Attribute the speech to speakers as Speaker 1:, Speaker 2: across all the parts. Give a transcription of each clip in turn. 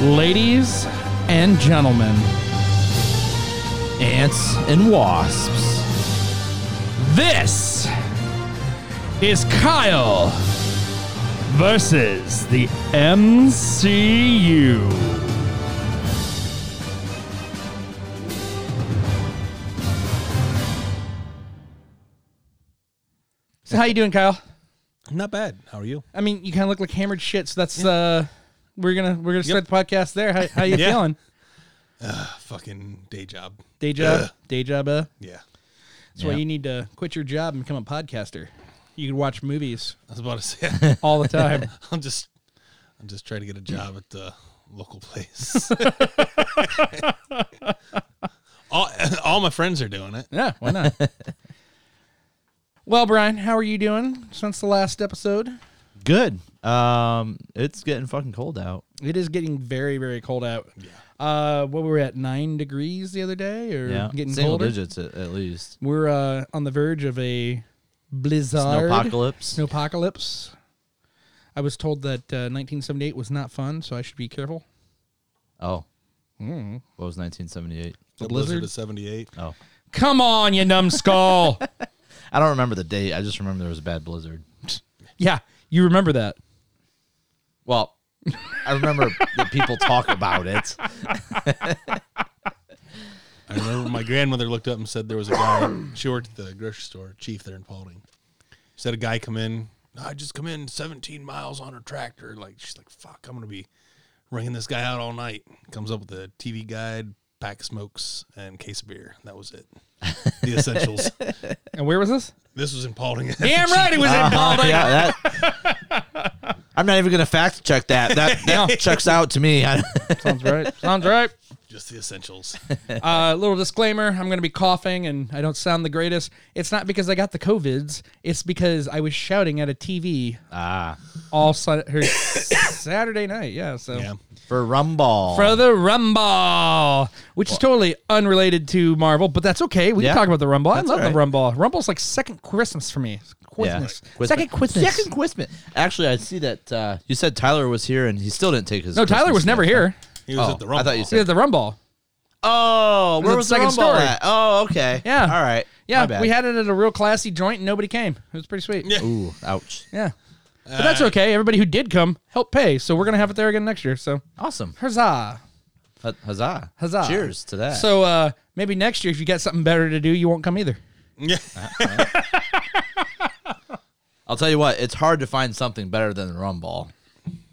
Speaker 1: Ladies and gentlemen, ants and wasps, this is Kyle versus the MCU. So how you doing, Kyle?
Speaker 2: Not bad. How are you?
Speaker 1: I mean, you kind of look like hammered shit. So that's uh, we're gonna we're gonna start the podcast there. How, how you
Speaker 2: Yeah.
Speaker 1: feeling?
Speaker 2: fucking day job.
Speaker 1: Day job, day job. Uh,
Speaker 2: Yeah.
Speaker 1: that's why you need to quit your job and become a podcaster. You can watch movies
Speaker 2: I was about to say
Speaker 1: all the time.
Speaker 2: I'm just I'm just trying to get a job at the local place. all all my friends are doing it.
Speaker 1: yeah, why not? well, Brian, how are you doing since the last episode?
Speaker 3: Good. Um, it's getting fucking cold out.
Speaker 1: It is getting very very cold out. Yeah. Uh, what were we at nine degrees the other day, or
Speaker 3: Yeah,
Speaker 1: getting
Speaker 3: single
Speaker 1: colder?
Speaker 3: digits at, at least.
Speaker 1: We're uh on the verge of a blizzard.
Speaker 3: Snowpocalypse.
Speaker 1: Snowpocalypse. I was told that uh, 1978 was not fun, so I should be careful.
Speaker 3: Oh,
Speaker 1: Hmm.
Speaker 3: what was 1978?
Speaker 1: blizzard?
Speaker 2: The blizzard of seventy eight.
Speaker 3: Oh,
Speaker 1: Come on, you numbskull.
Speaker 3: I don't remember the date. I just remember there was a bad blizzard.
Speaker 1: yeah, you remember that.
Speaker 3: Well, I remember that people talk about it.
Speaker 2: I remember my grandmother looked up and said there was a guy she worked at the grocery store, chief there in Paulding. She said a guy come in, I just come in seventeen miles on her tractor. Like she's like, Fuck, I'm gonna be ringing this guy out all night. Comes up with a TV guide, pack of smokes, and case of beer. That was it. The essentials.
Speaker 1: And where was this?
Speaker 2: this was in Paulding.
Speaker 1: Damn right it was in
Speaker 3: Oh,
Speaker 1: Baldwin.
Speaker 3: yeah, that. I'm not even gonna fact check that. That that checks out to me. I,
Speaker 1: Sounds right. Sounds right.
Speaker 2: Just the essentials.
Speaker 1: Uh, little disclaimer I'm going to be coughing and I don't sound the greatest. It's not because I got the COVIDs, it's because I was shouting at a TV
Speaker 3: ah,
Speaker 1: all sa- her Saturday night. Yeah, so.
Speaker 2: Yeah.
Speaker 3: for Rumball.
Speaker 1: For the Rumble, which is totally unrelated to Marvel, but that's okay. We
Speaker 3: Yeah.
Speaker 1: can talk about the Rumble. I
Speaker 3: That's
Speaker 1: love the
Speaker 3: right.
Speaker 1: Rumble. Rumble's like second Christmas for me.
Speaker 3: Yeah.
Speaker 1: Christmas.
Speaker 3: Quizmas.
Speaker 1: Second Christmas.
Speaker 3: Second Quizmas. Actually, I see that uh, you said Tyler was here and he still didn't take his.
Speaker 1: No, Tyler
Speaker 3: Christmas
Speaker 1: was never
Speaker 3: gift.
Speaker 1: here.
Speaker 2: He was
Speaker 3: Oh,
Speaker 2: at the wrong.
Speaker 3: I thought you
Speaker 1: He
Speaker 3: said.
Speaker 1: was at the Rumble.
Speaker 3: Oh,
Speaker 1: at
Speaker 3: where
Speaker 1: the
Speaker 3: was the
Speaker 1: second
Speaker 3: rumble
Speaker 1: story.
Speaker 3: at? Oh, okay.
Speaker 1: Yeah.
Speaker 3: All right. My
Speaker 1: Yeah,
Speaker 3: bad.
Speaker 1: we had it at a real classy joint and nobody came. It was pretty sweet. Yeah. Uh,
Speaker 2: Yeah.
Speaker 3: Ooh, ouch.
Speaker 1: But that's okay. Everybody who did come helped pay. So we're going to have it there again next year. So
Speaker 3: Awesome.
Speaker 1: huzzah.
Speaker 3: Hu- Huzzah.
Speaker 1: Huzzah.
Speaker 3: Cheers to that.
Speaker 1: So uh, maybe next year, if you got something better to do, you won't come either.
Speaker 2: Yeah.
Speaker 3: I'll tell you what, it's hard to find something better than the rumble,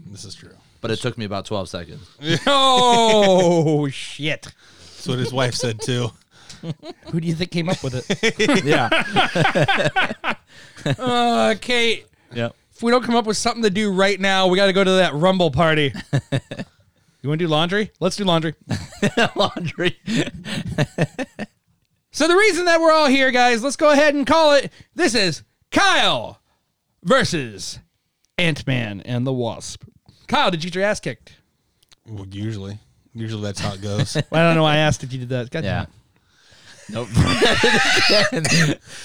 Speaker 2: This is true.
Speaker 3: but it took me about 12 seconds.
Speaker 1: oh, shit.
Speaker 2: That's what his wife said too.
Speaker 1: Who do you think came up with it?
Speaker 3: yeah.
Speaker 1: Uh, Kate.
Speaker 3: Yep.
Speaker 1: if we don't come up with something to do right now, we got to go to that Rumble party. you want to do laundry? Let's do laundry.
Speaker 3: Laundry.
Speaker 1: So the reason that we're all here, guys, let's go ahead and call it. This is Kyle versus Ant Man and the Wasp. Kyle, did you get your ass kicked?
Speaker 2: Well, usually, usually that's how it goes.
Speaker 1: Well, I don't know. why I asked if you did that. God damn
Speaker 3: Yeah.
Speaker 1: it.
Speaker 3: Nope.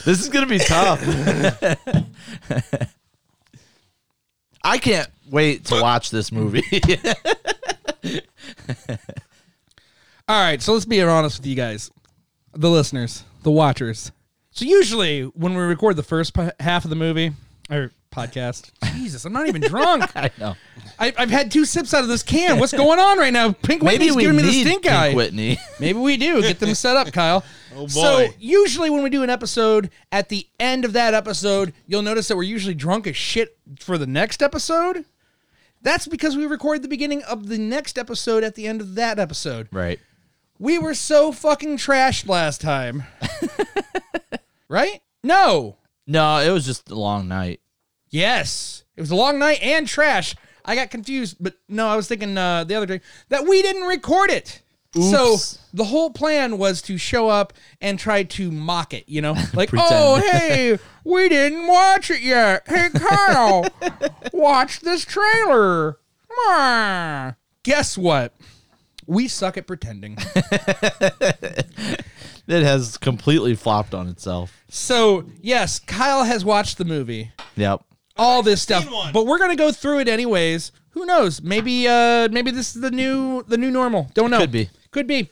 Speaker 3: this is going to be tough. I can't wait to watch this movie.
Speaker 1: All right, so let's be honest with you guys, the listeners, the watchers. So usually when we record the first po- half of the movie or podcast, Jesus, I'm not even drunk.
Speaker 3: I know.
Speaker 1: I, I've had two sips out of this can. What's going on right now? Pink
Speaker 3: Maybe
Speaker 1: Whitney's
Speaker 3: we
Speaker 1: giving me
Speaker 3: need
Speaker 1: the stink
Speaker 3: Pink
Speaker 1: eye.
Speaker 3: Whitney.
Speaker 1: Maybe we do. Get them set up, Kyle.
Speaker 2: Oh,
Speaker 1: So
Speaker 2: boy.
Speaker 1: usually when we do an episode, at the end of that episode, you'll notice that we're usually drunk as shit for the next episode. That's because we record the beginning of the next episode at the end of that episode.
Speaker 3: Right.
Speaker 1: We were so fucking trashed last time. right? No.
Speaker 3: No, it was just a long night.
Speaker 1: Yes. It was a long night and trash. I got confused, but no, I was thinking uh, the other day that we didn't record it. So
Speaker 3: Oops.
Speaker 1: the whole plan was to show up and try to mock it, you know? Like,
Speaker 3: Pretend.
Speaker 1: oh, hey, we didn't watch it yet. Hey, Kyle, watch this trailer. Mwah. Guess what? We suck at pretending.
Speaker 3: It has completely flopped on itself.
Speaker 1: so, yes, Kyle has watched the movie.
Speaker 3: Yep.
Speaker 1: all this stuff.
Speaker 2: one.
Speaker 1: But we're gonna go through it anyways.
Speaker 4: Who knows? Maybe uh maybe this is the new the new normal. Don't know.
Speaker 3: Could be.
Speaker 4: Could be.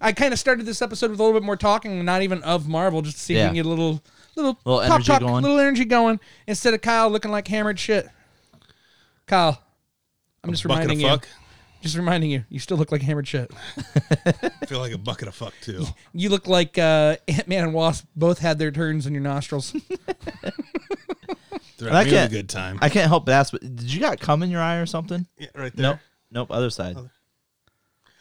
Speaker 4: I kind of started this episode with a little bit more talking, not even of Marvel, just to see if
Speaker 3: Yeah.
Speaker 4: we can get a little little,
Speaker 3: Little
Speaker 4: pop
Speaker 3: energy
Speaker 4: talk,
Speaker 3: going.
Speaker 4: little energy going instead of Kyle looking like hammered shit. Kyle, I'm just
Speaker 2: bucket
Speaker 4: reminding
Speaker 2: of
Speaker 4: you.
Speaker 2: fuck.
Speaker 4: Just reminding you, you still look like hammered shit.
Speaker 2: I feel like a bucket of fuck too.
Speaker 4: You look like uh, Ant Man and Wasp both had their turns in your nostrils.
Speaker 2: They're
Speaker 3: And I
Speaker 2: having a
Speaker 3: can't-
Speaker 2: good time.
Speaker 3: I can't help but ask, but did you got cum in your eye or something?
Speaker 2: yeah, right there.
Speaker 3: Nope. Nope. Other side.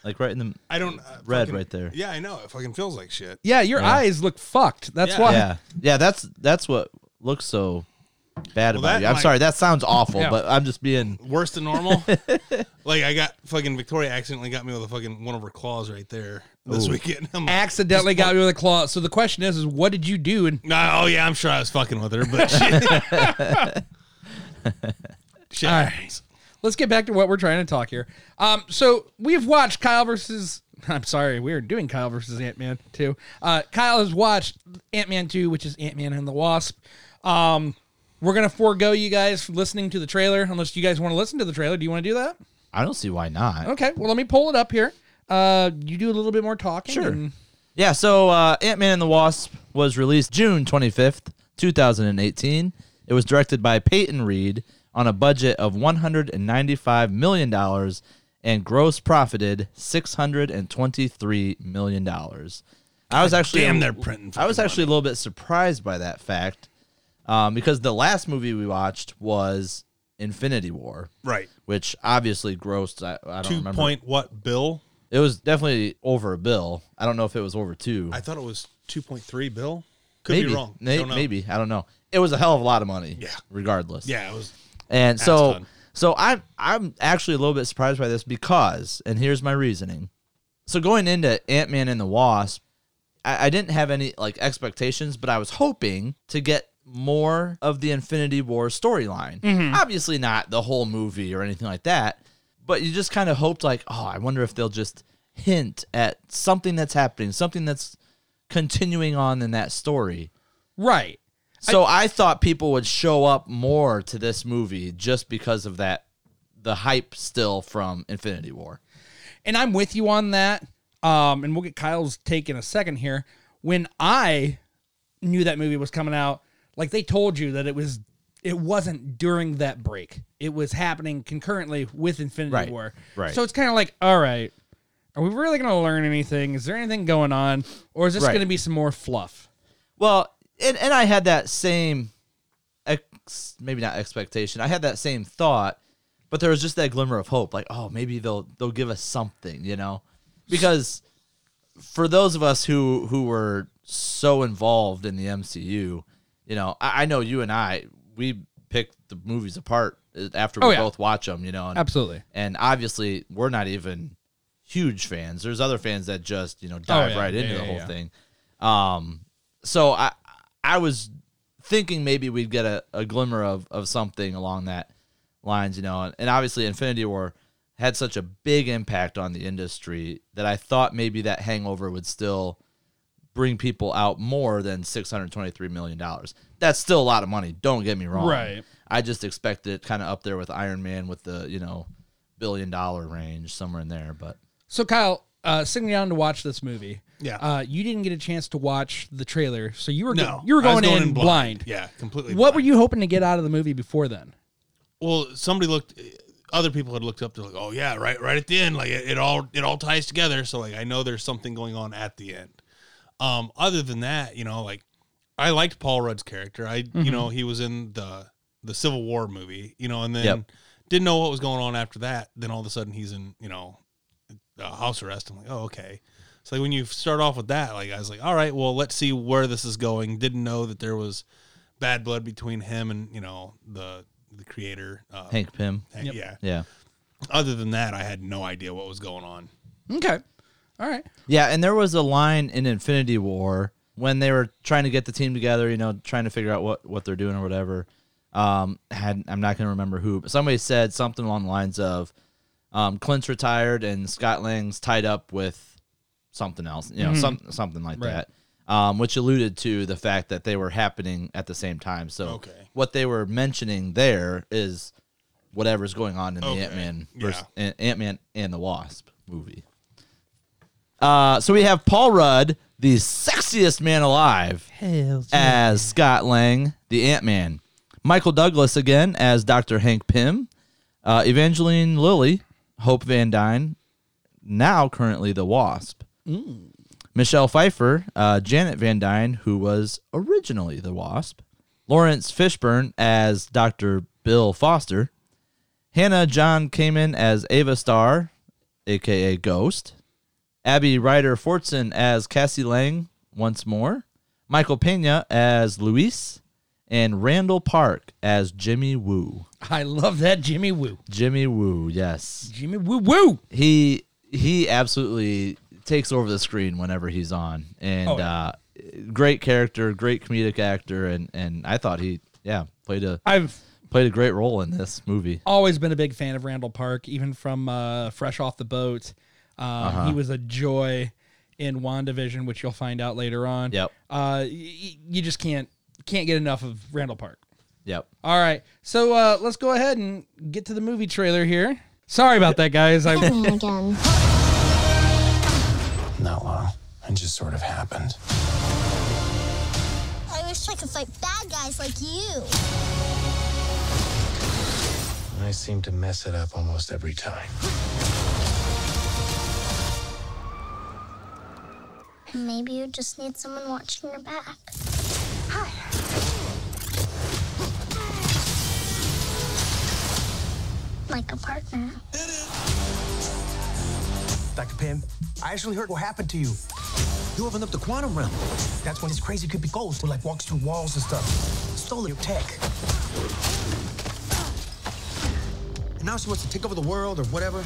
Speaker 3: Like right in the.
Speaker 2: I don't. uh,
Speaker 3: Red
Speaker 2: fucking-
Speaker 3: right there.
Speaker 2: Yeah, I know. It fucking feels like shit.
Speaker 4: yeah, your
Speaker 3: Yeah.
Speaker 4: eyes look fucked. That's
Speaker 2: Yeah.
Speaker 4: why.
Speaker 3: Yeah. Yeah. That's that's what looks so bad
Speaker 2: Well,
Speaker 3: about
Speaker 2: that
Speaker 3: you. I'm
Speaker 2: might-
Speaker 3: sorry. That sounds awful,
Speaker 4: Yeah.
Speaker 3: but I'm just being.
Speaker 2: Worse than normal. like I got fucking Victoria accidentally got me with a fucking one of her claws right there this weekend. I'm like,
Speaker 4: Accidentally got me with a claw. So the question is, is what did you do? And
Speaker 2: nah, oh yeah, I'm sure I was fucking with her, but shit. shit happens.
Speaker 4: let's get back to what we're trying to talk here. Um, so we've watched Kyle versus. I'm sorry, we're doing Kyle versus Ant Man two. Uh, Kyle has watched Ant Man two, which is Ant Man and the Wasp. Um, we're gonna forego you guys from listening to the trailer, unless you guys want to listen to the trailer. Do you want to do that?
Speaker 3: I don't see why not.
Speaker 4: Okay. Well, let me pull it up here. Uh, you do a little bit more talking.
Speaker 3: Sure.
Speaker 4: and-
Speaker 3: Yeah, so uh, Ant Man and the Wasp was released June 25th, 2018. It was directed by Peyton Reed on a budget of $195 million and gross profited $623 million. I was actually
Speaker 2: Damn, they're printing.
Speaker 3: I was actually a little bit surprised by that fact um, because the last movie we watched was Infinity War,
Speaker 2: right.
Speaker 3: which obviously grossed, I, I don't
Speaker 2: Two
Speaker 3: remember.
Speaker 2: point what bill?
Speaker 3: It was definitely over a bill. I don't know if it was over two.
Speaker 2: I thought it was two point three bill. Could
Speaker 3: maybe,
Speaker 2: be wrong.
Speaker 3: May-
Speaker 2: Don't know.
Speaker 3: Maybe I don't know. It was a hell of a lot of money.
Speaker 2: Yeah.
Speaker 3: Regardless.
Speaker 2: Yeah, it was.
Speaker 3: And so
Speaker 2: ton.
Speaker 3: so I'm I'm actually a little bit surprised by this because and here's my reasoning. So going into Ant Man and the Wasp, I, I didn't have any like expectations, but I was hoping to get more of the Infinity War storyline. Obviously not the whole movie or anything like that, but you just kind of hoped like, oh, I wonder if they'll just hint at something that's happening, something that's continuing on in that story.
Speaker 4: Right.
Speaker 3: So I, thought people would show up more to this movie just because of that, the hype still from Infinity War.
Speaker 4: and I'm with you on that. Um, and we'll get Kyle's take in a second here. When I knew that movie was coming out, like they told you that it was, it wasn't during that break. It was happening concurrently with Infinity
Speaker 3: Right.
Speaker 4: War.
Speaker 3: Right.
Speaker 4: So it's kind of like, all right, are we really going to learn anything? Is there anything going on, or is this
Speaker 3: Right.
Speaker 4: going to be some more fluff?
Speaker 3: Well, and and I had that same, ex, maybe not expectation. I had that same thought, but there was just that glimmer of hope, like oh maybe they'll they'll give us something, you know, because for those of us who who were so involved in the MCU, you know, I, I know you and I we picked the movies apart uh, after we
Speaker 4: Oh, yeah.
Speaker 3: both watch them, you know, and,
Speaker 4: Absolutely.
Speaker 3: and obviously we're not even huge fans. There's other fans that just you know dive
Speaker 4: Oh, yeah.
Speaker 3: right
Speaker 4: Yeah,
Speaker 3: into
Speaker 4: yeah,
Speaker 3: the whole
Speaker 4: yeah.
Speaker 3: thing. Um, so I I was thinking maybe we'd get a, a glimmer of of something along that lines, you know, and, and obviously Infinity War had such a big impact on the industry that I thought maybe that hangover would still bring people out more than six hundred twenty three million dollars. That's still a lot of money. Don't get me wrong.
Speaker 4: Right.
Speaker 3: I just expected it kind of up there with Iron Man with the you know billion dollar range somewhere in there, but
Speaker 4: So Kyle, uh, sitting down to watch this movie.
Speaker 2: Yeah.
Speaker 4: Uh, you didn't get a chance to watch the trailer, so you were go-
Speaker 2: No,
Speaker 4: you were
Speaker 2: I was
Speaker 4: going, in, blind.
Speaker 2: Yeah, completely.
Speaker 4: What
Speaker 2: blind.
Speaker 4: were you hoping to get out of the movie before then?
Speaker 2: Well, somebody looked. Other people had looked up. They're like, "Oh yeah, right, right at the end. Like it, it all, it all ties together." So like, I know there's something going on at the end. Um, other than that, you know, like I liked Paul Rudd's character. I, you know, he was in the the Civil War movie. You know, and then
Speaker 3: Yep.
Speaker 2: didn't know what was going on after that. Then all of a sudden, he's in, you know, uh, house arrest. I'm like, oh okay. So like when you start off with that, like I was like, all right, well, let's see where this is going. Didn't know that there was bad blood between him and you know the the creator. Uh,
Speaker 3: Hank Pym,
Speaker 2: Hank- Yeah.
Speaker 3: yeah,
Speaker 2: Other than that, I had no idea what was going on.
Speaker 4: Okay. All right.
Speaker 3: yeah, and there was a line in Infinity War when they were trying to get the team together, you know, trying to figure out what what they're doing or whatever. Um, had I'm not gonna remember who, but somebody said something along the lines of, um, "Clint's retired and Scott Lang's tied up with something else, you know, some something like
Speaker 4: Right.
Speaker 3: that." Um, which alluded to the fact that they were happening at the same time. So
Speaker 2: Okay.
Speaker 3: what they were mentioning there is whatever's going on in
Speaker 2: Okay,
Speaker 3: the Ant Man
Speaker 2: yeah.
Speaker 3: versus Ant Man and the Wasp movie. Uh, so we have Paul Rudd, the sexiest man alive, as Scott Lang, the Ant Man. Michael Douglas again as Dr. Hank Pym. Uh, Evangeline Lilly, Hope Van Dyne, now currently the Wasp. Michelle Pfeiffer, uh, Janet Van Dyne, who was originally the Wasp, Lawrence Fishburne as Dr. Bill Foster, Hannah John Kamen as Ava Starr, aka Ghost, Abby Ryder Fortson as Cassie Lang once more, Michael Pena as Luis, and Randall Park as Jimmy Woo.
Speaker 4: I love that Jimmy Woo.
Speaker 3: Jimmy Woo, yes,
Speaker 4: Jimmy Woo Woo.
Speaker 3: he he absolutely takes over the screen whenever he's on and
Speaker 4: Oh, yeah.
Speaker 3: uh great character great comedic actor and and i thought he yeah played a
Speaker 4: I've
Speaker 3: played a great role in this movie
Speaker 4: always been a big fan of Randall Park, even from uh, Fresh Off the Boat. Um, He was a joy in WandaVision, which you'll find out later on.
Speaker 3: Yep.
Speaker 4: Uh, y- y- you just can't can't get enough of Randall Park.
Speaker 3: yep
Speaker 4: All right, so uh, let's go ahead and get to the movie trailer here. Sorry about that, guys. I
Speaker 5: happening again.
Speaker 6: Not long. It just sort of happened.
Speaker 5: I wish I could fight bad guys like you.
Speaker 6: I seem to mess it up almost every time.
Speaker 5: Maybe you just need someone watching your back. Hi. Like a partner.
Speaker 7: Dr. Pym, I actually heard what happened to you. You opened up the quantum realm. That's when this crazy creepy ghost who like walks through walls and stuff. Stole your tech. And now she wants to take over the world or whatever.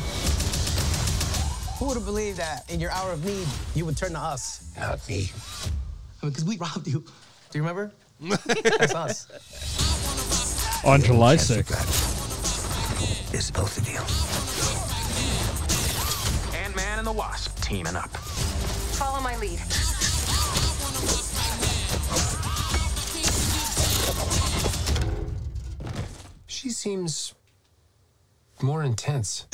Speaker 7: Who would have believed that in your hour of need you would turn to us?
Speaker 6: Not me.
Speaker 7: I mean, because we robbed you. Do you remember? That's us.
Speaker 4: on July 6th.
Speaker 7: It's both of you.
Speaker 6: Ant-Man and the Wasp teaming up.
Speaker 8: Follow my lead.
Speaker 6: She seems more intense.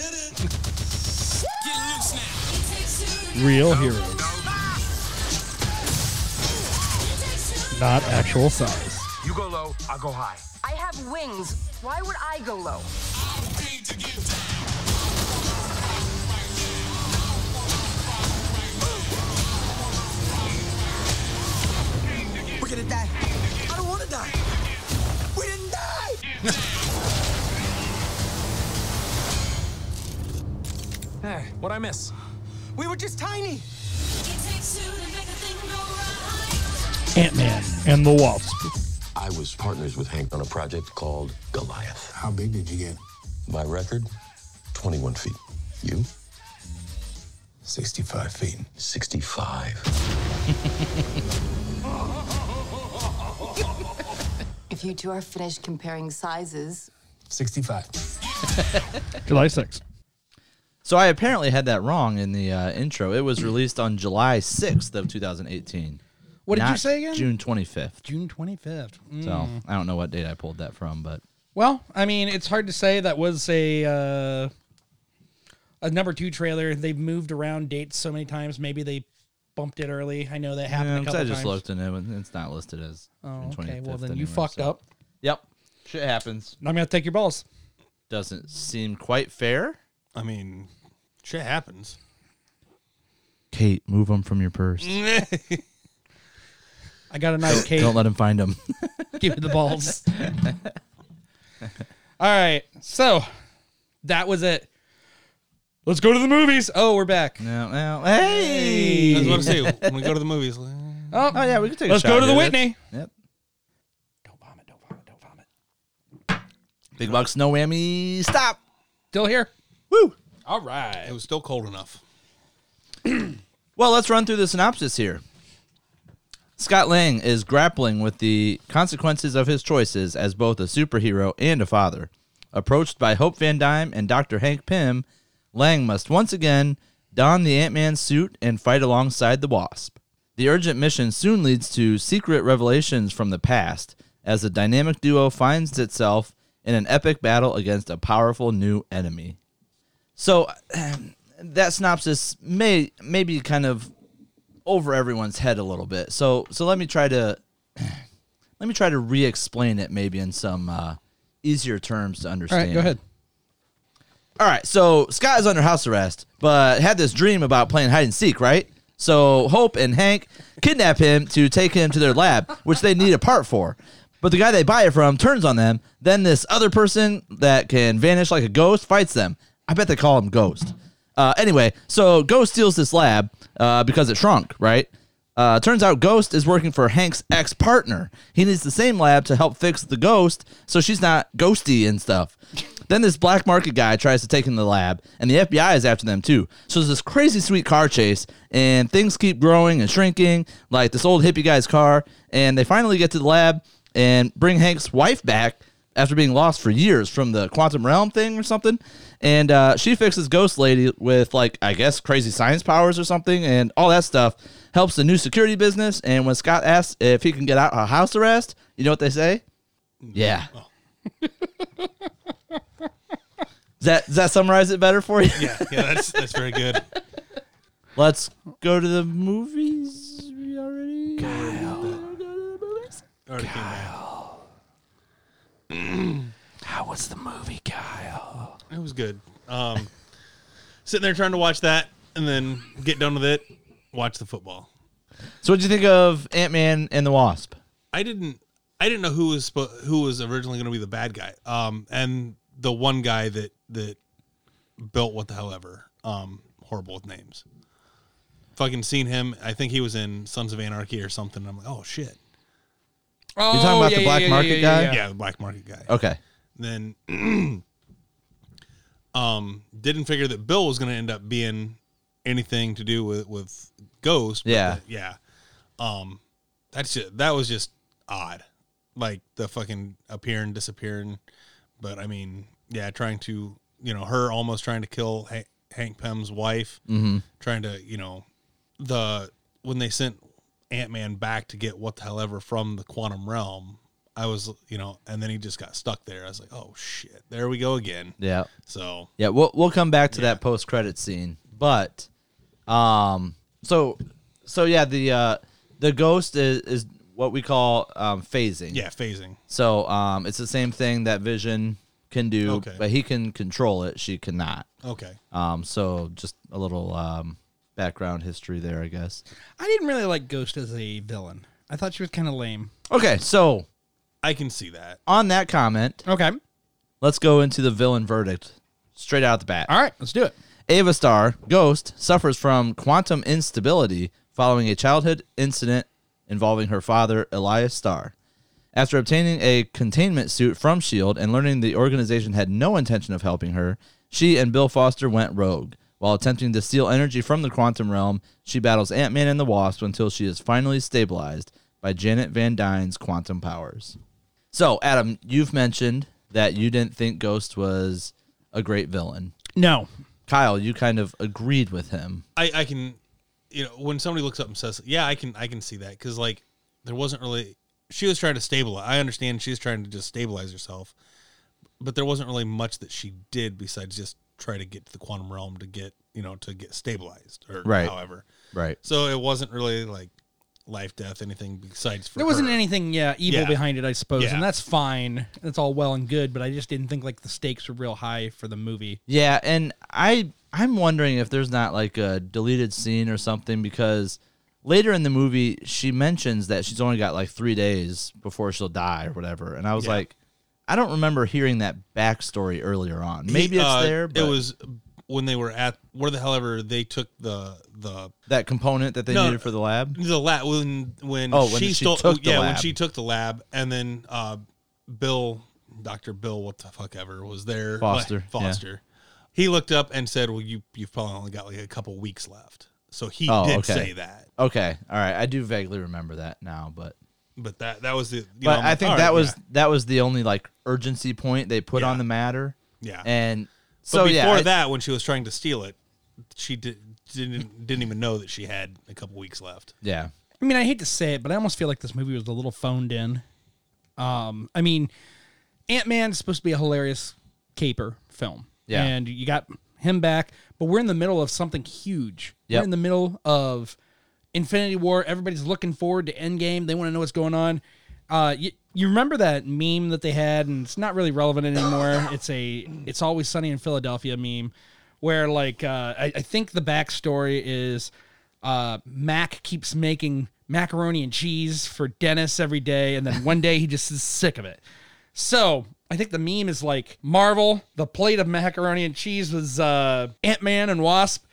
Speaker 4: Real heroes, not actual size.
Speaker 6: You go low, I'll go high.
Speaker 8: I have wings. Why would I go low?
Speaker 7: We're gonna die. I don't wanna die. We didn't die!
Speaker 6: Eh, what I miss?
Speaker 7: We were just tiny.
Speaker 4: Ant Man and the Wasp.
Speaker 9: I was partners with Hank on a project called Goliath.
Speaker 10: How big did you get?
Speaker 9: My record, 21 feet. You,
Speaker 10: 65 feet.
Speaker 9: 65.
Speaker 8: If you two are finished comparing sizes,
Speaker 10: 65.
Speaker 4: July 6th.
Speaker 3: so i apparently had that wrong in the uh, intro it was released on july 6th of 2018
Speaker 4: What did you
Speaker 3: not
Speaker 4: say again?
Speaker 3: june 25th
Speaker 4: June 25th. Mm.
Speaker 3: so i don't know what date i pulled that from but
Speaker 4: Well, I mean, it's hard to say. That was a uh, a number two trailer. They've moved around dates so many times. Maybe they bumped it early. I know that happened
Speaker 3: Yeah,
Speaker 4: a
Speaker 3: 'cause
Speaker 4: couple
Speaker 3: i just
Speaker 4: times.
Speaker 3: looked and it, was- it's not listed as
Speaker 4: Oh,
Speaker 3: June 25th
Speaker 4: okay, well then you
Speaker 3: anywhere,
Speaker 4: fucked
Speaker 3: so-
Speaker 4: up.
Speaker 3: yep shit happens
Speaker 4: I'm gonna take your balls.
Speaker 3: doesn't seem quite fair
Speaker 2: I mean, shit happens.
Speaker 3: Kate, move them from your purse.
Speaker 4: I got a knife, Kate.
Speaker 3: Don't let him find them.
Speaker 4: Give me the balls. All right, so that was it. Let's go to the movies. Oh, we're back.
Speaker 3: no, no. Hey.
Speaker 2: I was about to say when we go to the movies. like,
Speaker 4: Oh,
Speaker 3: Oh yeah, we can take.
Speaker 4: Let's
Speaker 3: a shot
Speaker 4: go to the
Speaker 3: here.
Speaker 4: Whitney.
Speaker 3: Yep.
Speaker 4: Don't vomit. Don't vomit. Don't vomit.
Speaker 3: Big bucks, no whammy. Stop.
Speaker 4: Still here.
Speaker 3: Woo.
Speaker 4: All right.
Speaker 2: It was still cold enough.
Speaker 3: Well, let's run through the synopsis here. Scott Lang is grappling with the consequences of his choices as both a superhero and a father. Approached by Hope Van Dyne and Dr. Hank Pym, Lang must once again don the Ant Man suit and fight alongside the Wasp. The urgent mission soon leads to secret revelations from the past as the dynamic duo finds itself in an epic battle against a powerful new enemy. So that synopsis may maybe kind of over everyone's head a little bit. So so let me try to let me try to re-explain it maybe in some uh, easier terms to
Speaker 1: All
Speaker 3: understand.
Speaker 1: right, go ahead.
Speaker 3: All right, so Scott is under house arrest, but had this dream about playing hide and seek, right? So Hope and Hank kidnap him to take him to their lab, which they need a part for. But the guy they buy it from turns on them. Then this other person that can vanish like a ghost fights them. I bet they call him Ghost. Uh, anyway, so Ghost steals this lab uh, because it shrunk, right? Uh, turns out Ghost is working for Hank's ex partner. He needs the same lab to help fix the ghost so she's not ghosty and stuff. Then this black market guy tries to take in the lab, and the FBI is after them too. So there's this crazy sweet car chase, and things keep growing and shrinking, like this old hippie guy's car. And they finally get to the lab and bring Hank's wife back after being lost for years from the quantum realm thing or something. And uh, she fixes Ghost Lady with, like, I guess crazy science powers or something and all that stuff. Helps the new security business. And when Scott asks if he can get out of house arrest, you know what they say?
Speaker 2: Mm-hmm.
Speaker 3: Yeah.
Speaker 2: Oh.
Speaker 3: does, that, does that summarize it better for you?
Speaker 2: Yeah, yeah, that's that's very good.
Speaker 3: Let's go to the movies We already.
Speaker 2: Already came back.
Speaker 3: How was the movie, Kyle?
Speaker 2: It was good. Um, sitting there trying to watch that and then get done with it, watch the football.
Speaker 3: So, what'd you think of Ant Man and the Wasp?
Speaker 2: I didn't I didn't know who was spo- who was originally going to be the bad guy. Um, and the one guy that that built what the hell ever. Um, horrible with names. Fucking seen him. I think he was in Sons of Anarchy or something. I'm like, oh shit.
Speaker 1: Oh,
Speaker 3: talking about the black market guy?
Speaker 2: Yeah, the black market guy.
Speaker 3: Okay.
Speaker 2: then um didn't figure that Bill was going to end up being anything to do with with Ghost. but
Speaker 3: Yeah.
Speaker 2: the- yeah. Um, that's just, that was just odd, like the fucking appearing, disappearing. But I mean, yeah, trying to you know her almost trying to kill Hank, Hank Pym's wife, trying to you know the when they sent Ant Man back to get what the hell ever from the quantum realm. I was, you know, and then he just got stuck there. I was like, oh shit, there we go again.
Speaker 3: Yeah.
Speaker 2: So
Speaker 3: Yeah, we'll we'll come back to that post credit scene. But um so so yeah, the uh the ghost is, is what we call um phasing.
Speaker 2: yeah, phasing.
Speaker 3: So um it's the same thing that Vision can do,
Speaker 2: Okay.
Speaker 3: but he can control it, she cannot.
Speaker 2: Okay.
Speaker 3: Um so just a little um background history there, I guess.
Speaker 1: I didn't really like Ghost as a villain. I thought she was kind of lame.
Speaker 3: Okay, so
Speaker 2: I can see that.
Speaker 3: on that comment,
Speaker 1: Okay.
Speaker 3: let's go into the villain verdict straight out the bat.
Speaker 1: All right, let's do it.
Speaker 3: Ava Star, Ghost, suffers from quantum instability following a childhood incident involving her father, Elias Starr. After obtaining a containment suit from S.H.I.E.L.D. E and learning the organization had no intention of helping her, she and Bill Foster went rogue. While attempting to steal energy from the quantum realm, she battles Ant Man and the Wasp until she is finally stabilized by Janet Van Dyne's quantum powers. So, Adam, you've mentioned that you didn't think Ghost was a great villain.
Speaker 1: No.
Speaker 3: Kyle, you kind of agreed with him.
Speaker 2: I, I can, you know, when somebody looks up and says, "Yeah, I can, I can see that," because like there wasn't really. She was trying to stabilize. I understand she was trying to just stabilize herself, but there wasn't really much that she did besides just try to get to the quantum realm to get you know to get stabilized or
Speaker 3: Right.
Speaker 2: however.
Speaker 3: Right.
Speaker 2: So it wasn't really like life, death, anything besides. For
Speaker 1: There wasn't
Speaker 2: her.
Speaker 1: anything, yeah, evil
Speaker 2: Yeah.
Speaker 1: behind it, I suppose,
Speaker 2: Yeah.
Speaker 1: and that's fine. That's all well and good, but I just didn't think like the stakes were real high for the movie.
Speaker 3: Yeah, and I I'm wondering if there's not like a deleted scene or something because later in the movie she mentions that she's only got like three days before she'll die or whatever, and I was
Speaker 2: Yeah.
Speaker 3: like, I don't remember hearing that backstory earlier on. Maybe it's
Speaker 2: Uh,
Speaker 3: there, but
Speaker 2: It was when they were at where the hell ever they took the the
Speaker 3: that component that they
Speaker 2: No,
Speaker 3: needed for the lab.
Speaker 2: the lab when when
Speaker 3: Oh, when
Speaker 2: she,
Speaker 3: she
Speaker 2: stole
Speaker 3: took the
Speaker 2: yeah when
Speaker 3: lab.
Speaker 2: she took the lab and then uh bill dr bill what the fuck ever was there
Speaker 3: Foster,
Speaker 2: Like, foster he looked up and said well you you've probably only got like a couple weeks left so he
Speaker 3: Oh,
Speaker 2: did
Speaker 3: okay.
Speaker 2: say that
Speaker 3: Okay, all right, I do vaguely remember that now, but
Speaker 2: but that that was the you know,
Speaker 3: but
Speaker 2: I'm
Speaker 3: I
Speaker 2: like,
Speaker 3: think
Speaker 2: all
Speaker 3: that
Speaker 2: right,
Speaker 3: was
Speaker 2: yeah.
Speaker 3: that was the only like urgency point they put on the matter.
Speaker 2: Yeah.
Speaker 3: and
Speaker 2: but
Speaker 3: so
Speaker 2: before
Speaker 3: yeah, I-
Speaker 2: that when she was trying to steal it she did, didn't didn't even know that she had a couple weeks left
Speaker 3: yeah.
Speaker 1: I mean, I hate to say it, but I almost feel like this movie was a little phoned in. Um, I mean, Ant Man is supposed to be a hilarious caper film.
Speaker 3: Yeah.
Speaker 1: And you got him back, but we're in the middle of something huge.
Speaker 3: Yep.
Speaker 1: We're in the middle of Infinity War. Everybody's looking forward to Endgame. They want to know what's going on. Uh, you, you remember that meme that they had, and it's not really relevant anymore. It's a "It's Always Sunny in Philadelphia" meme, where like uh, I, I think the backstory is uh, Mac keeps making macaroni and cheese for Dennis every day, and then one day he just is sick of it. So I think the meme is like Marvel, the plate of macaroni and cheese was uh, Ant Man and Wasp,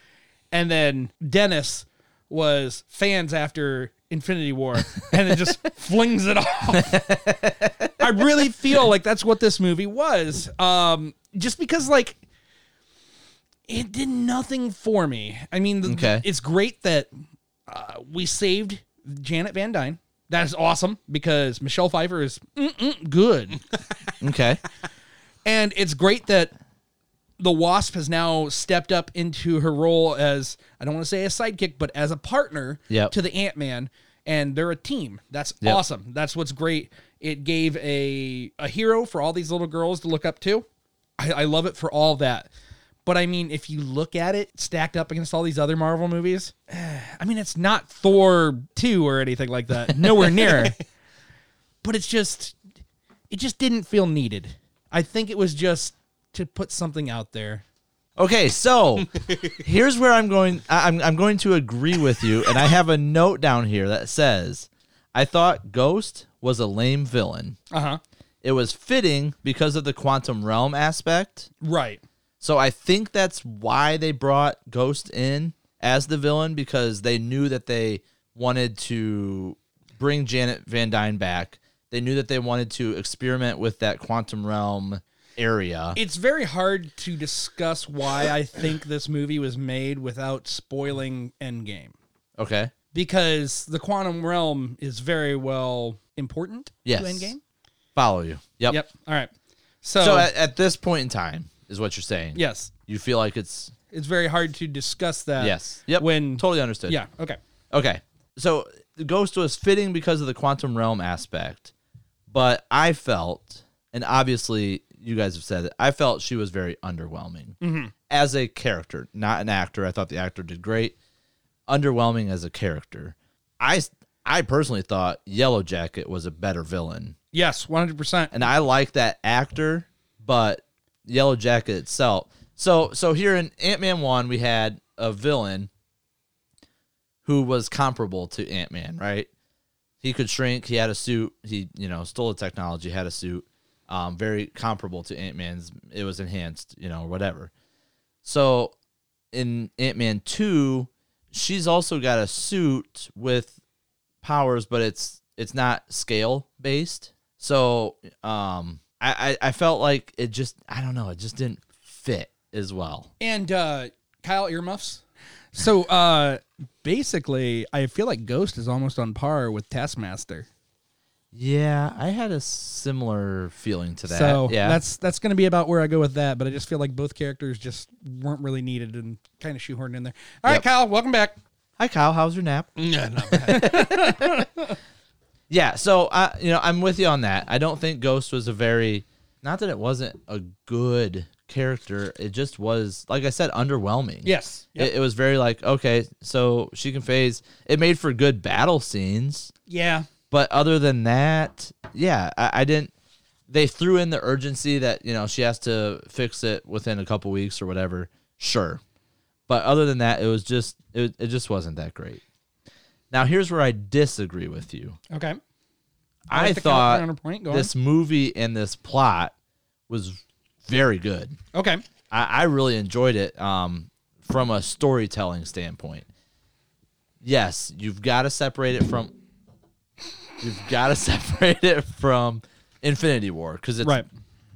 Speaker 1: and then Dennis was fans after Infinity War, and it just flings it off. I really feel like that's what this movie was. Um, just because like it did nothing for me. I mean, the,
Speaker 3: Okay.
Speaker 1: it's great that uh, we saved Janet Van Dyne. That is awesome because Michelle Pfeiffer is mm-mm good.
Speaker 3: Okay.
Speaker 1: And it's great that the Wasp has now stepped up into her role as I don't want to say a sidekick, but as a partner
Speaker 3: Yep.
Speaker 1: to the Ant Man, and they're a team. That's
Speaker 3: Yep.
Speaker 1: awesome. That's what's great. It gave a a hero for all these little girls to look up to. I, I love it for all that. But I mean, if you look at it stacked up against all these other Marvel movies, eh, I mean, it's not Thor 2 or anything like that. Nowhere near. but it's just, it just didn't feel needed. I think it was just to put something out there.
Speaker 3: Okay, so here's where I'm going. I- I'm, I'm going to agree with you, and I have a note down here that says, "I thought Ghost was a lame villain.
Speaker 1: Uh huh.
Speaker 3: It was fitting because of the quantum realm aspect.
Speaker 1: Right.
Speaker 3: So I think that's why they brought Ghost in as the villain because they knew that they wanted to bring Janet Van Dyne back. They knew that they wanted to experiment with that quantum realm area.
Speaker 1: It's very hard to discuss why I think this movie was made without spoiling Endgame
Speaker 3: Okay.
Speaker 1: because the quantum realm is very well important
Speaker 3: Yes.
Speaker 1: to Endgame.
Speaker 3: Follow you. Yep.
Speaker 1: Yep. All right. So,
Speaker 3: So uh, at, at this point in time is what you're saying.
Speaker 1: yes,
Speaker 3: You feel like it's
Speaker 1: it's very hard to discuss that.
Speaker 3: yes. Yep.
Speaker 1: Uh, When
Speaker 3: totally understood.
Speaker 1: Yeah. Okay.
Speaker 3: Okay. So the ghost was fitting because of the quantum realm aspect, but I felt, and obviously you guys have said it, I felt she was very underwhelming
Speaker 1: Mm-hmm.
Speaker 3: as a character, not an actor. I thought the actor did great. Underwhelming as a character. I s- I personally thought Yellow Jacket was a better villain,
Speaker 1: Yes, one hundred percent.
Speaker 3: and I like that actor, but Yellow Jacket itself. So so here in Ant Man one, we had a villain who was comparable to Ant Man, right? He could shrink. He had a suit. He you know stole the technology. Had a suit, um, very comparable to Ant Man's. It was enhanced, you know, whatever. So in Ant Man two, she's also got a suit with powers, but it's it's not scale based. So um, I, I I felt like it just I don't know it just didn't fit as well.
Speaker 1: and uh, Kyle earmuffs. So uh, basically, I feel like Ghost is almost on par with Taskmaster.
Speaker 3: Yeah, I had a similar feeling to that.
Speaker 1: so
Speaker 3: yeah,
Speaker 1: that's that's going to be about where I go with that. But I just feel like both characters just weren't really needed and kind of shoehorned in there. All right,
Speaker 3: Yep.
Speaker 1: Kyle, welcome back.
Speaker 3: hi Kyle. How's your nap?
Speaker 2: Yeah, not bad.
Speaker 3: Yeah, so I you know I'm with you on that. I don't think Ghost was a very not that it wasn't a good character. It just was like I said underwhelming.
Speaker 1: Yes. Yep.
Speaker 3: It, it was very like okay, so she can phase. It made for good battle scenes.
Speaker 1: yeah.
Speaker 3: but other than that, yeah, I, I didn't. They threw in the urgency that you know she has to fix it within a couple weeks or whatever. Sure, but other than that, it was just it, it just wasn't that great. Now here's where I disagree with you.
Speaker 1: Okay.
Speaker 3: I,
Speaker 1: like the counter
Speaker 3: thought
Speaker 1: point. Go on.
Speaker 3: this movie and this plot was very good.
Speaker 1: Okay.
Speaker 3: I, I really enjoyed it um, from a storytelling standpoint. Yes, you've got to separate it from. You've got to separate it from Infinity War because it's
Speaker 1: Right.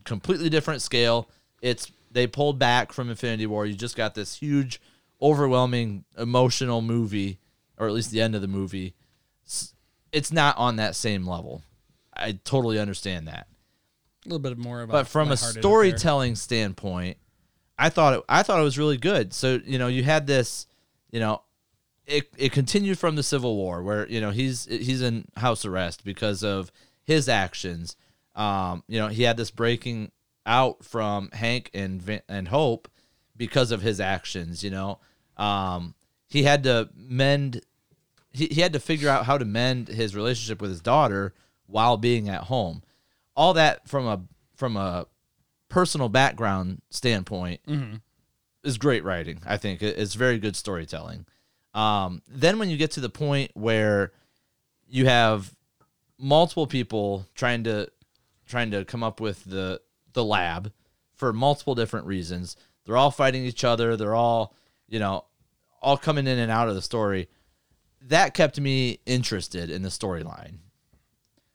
Speaker 3: completely different scale. It's they pulled back from Infinity War. You just got this huge, overwhelming emotional movie, or at least the end of the movie. S- It's not on that same level. I totally understand that
Speaker 1: A little bit more of a
Speaker 3: but from a
Speaker 1: lighthearted affair.
Speaker 3: storytelling standpoint, I thought it, I thought it was really good. So you know, you had this, you know, it it continued from the Civil War where you know he's he's in house arrest because of his actions. Um, you know, he had this breaking out from Hank and Vin- and Hope because of his actions. You know, um, he had to mend. He, he had to figure out how to mend his relationship with his daughter while being at home. All that from a from a personal background standpoint is great writing. I think It- it's very good storytelling. Um, then when you get to the point where you have multiple people trying to trying to come up with the the lab for multiple different reasons. They're all fighting each other. They're all you know all coming in and out of the story. That kept me interested in the storyline.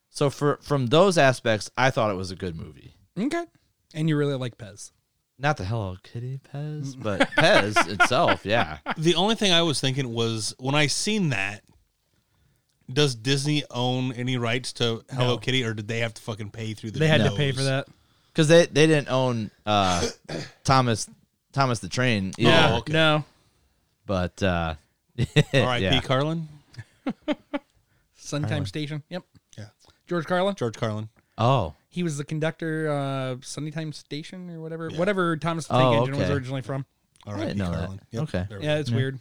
Speaker 3: So for from those aspects, I thought it was a good movie.
Speaker 1: Okay. And you really like Pez.
Speaker 3: Not the Hello Kitty Pez, but Pez itself, yeah.
Speaker 2: The only thing I was thinking was when I seen that, does Disney own any rights to Hello Kitty, or did they have to fucking pay through the?
Speaker 1: They had to
Speaker 2: nose?
Speaker 1: pay for that.
Speaker 3: because they, they didn't own uh, Thomas Thomas the Train. Either,
Speaker 1: Oh,
Speaker 2: Yeah. okay.
Speaker 1: No.
Speaker 3: but uh,
Speaker 2: R.I.P.
Speaker 3: yeah.
Speaker 2: Carlin,
Speaker 1: Suntime Station. Yep.
Speaker 2: Yeah.
Speaker 1: George Carlin.
Speaker 2: George Carlin.
Speaker 3: oh,
Speaker 1: He was the conductor uh Sunnytime Station or whatever. Whatever Thomas the
Speaker 3: Oh,
Speaker 1: Tank Engine was
Speaker 3: okay.
Speaker 1: originally from.
Speaker 2: R.I.P.
Speaker 3: didn't know that.
Speaker 2: Carlin.
Speaker 3: Okay.
Speaker 2: there we
Speaker 1: Yeah,
Speaker 2: go.
Speaker 1: it's weird.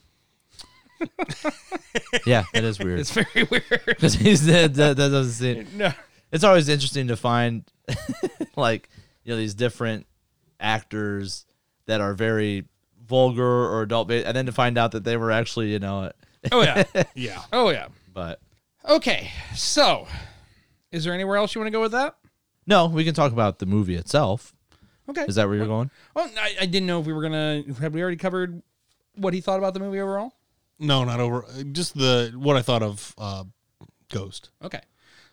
Speaker 3: yeah, that is weird.
Speaker 1: It's very weird.
Speaker 3: Because he's that, that, that doesn't seem.
Speaker 1: no.
Speaker 3: It's always interesting to find like you know these different actors that are very vulgar or adult, ba- and then to find out that they were actually you know.
Speaker 1: Oh yeah.
Speaker 2: Yeah.
Speaker 1: Oh yeah.
Speaker 3: But
Speaker 1: Okay. So, is there anywhere else you want to go with that?
Speaker 3: no, we can talk about the movie itself.
Speaker 1: Okay.
Speaker 3: Is that where you're going?
Speaker 1: Oh, I, I didn't know if we were gonna. Have we already covered what he thought about the movie overall?
Speaker 2: No, not over. Just the what I thought of uh, Ghost.
Speaker 1: Okay.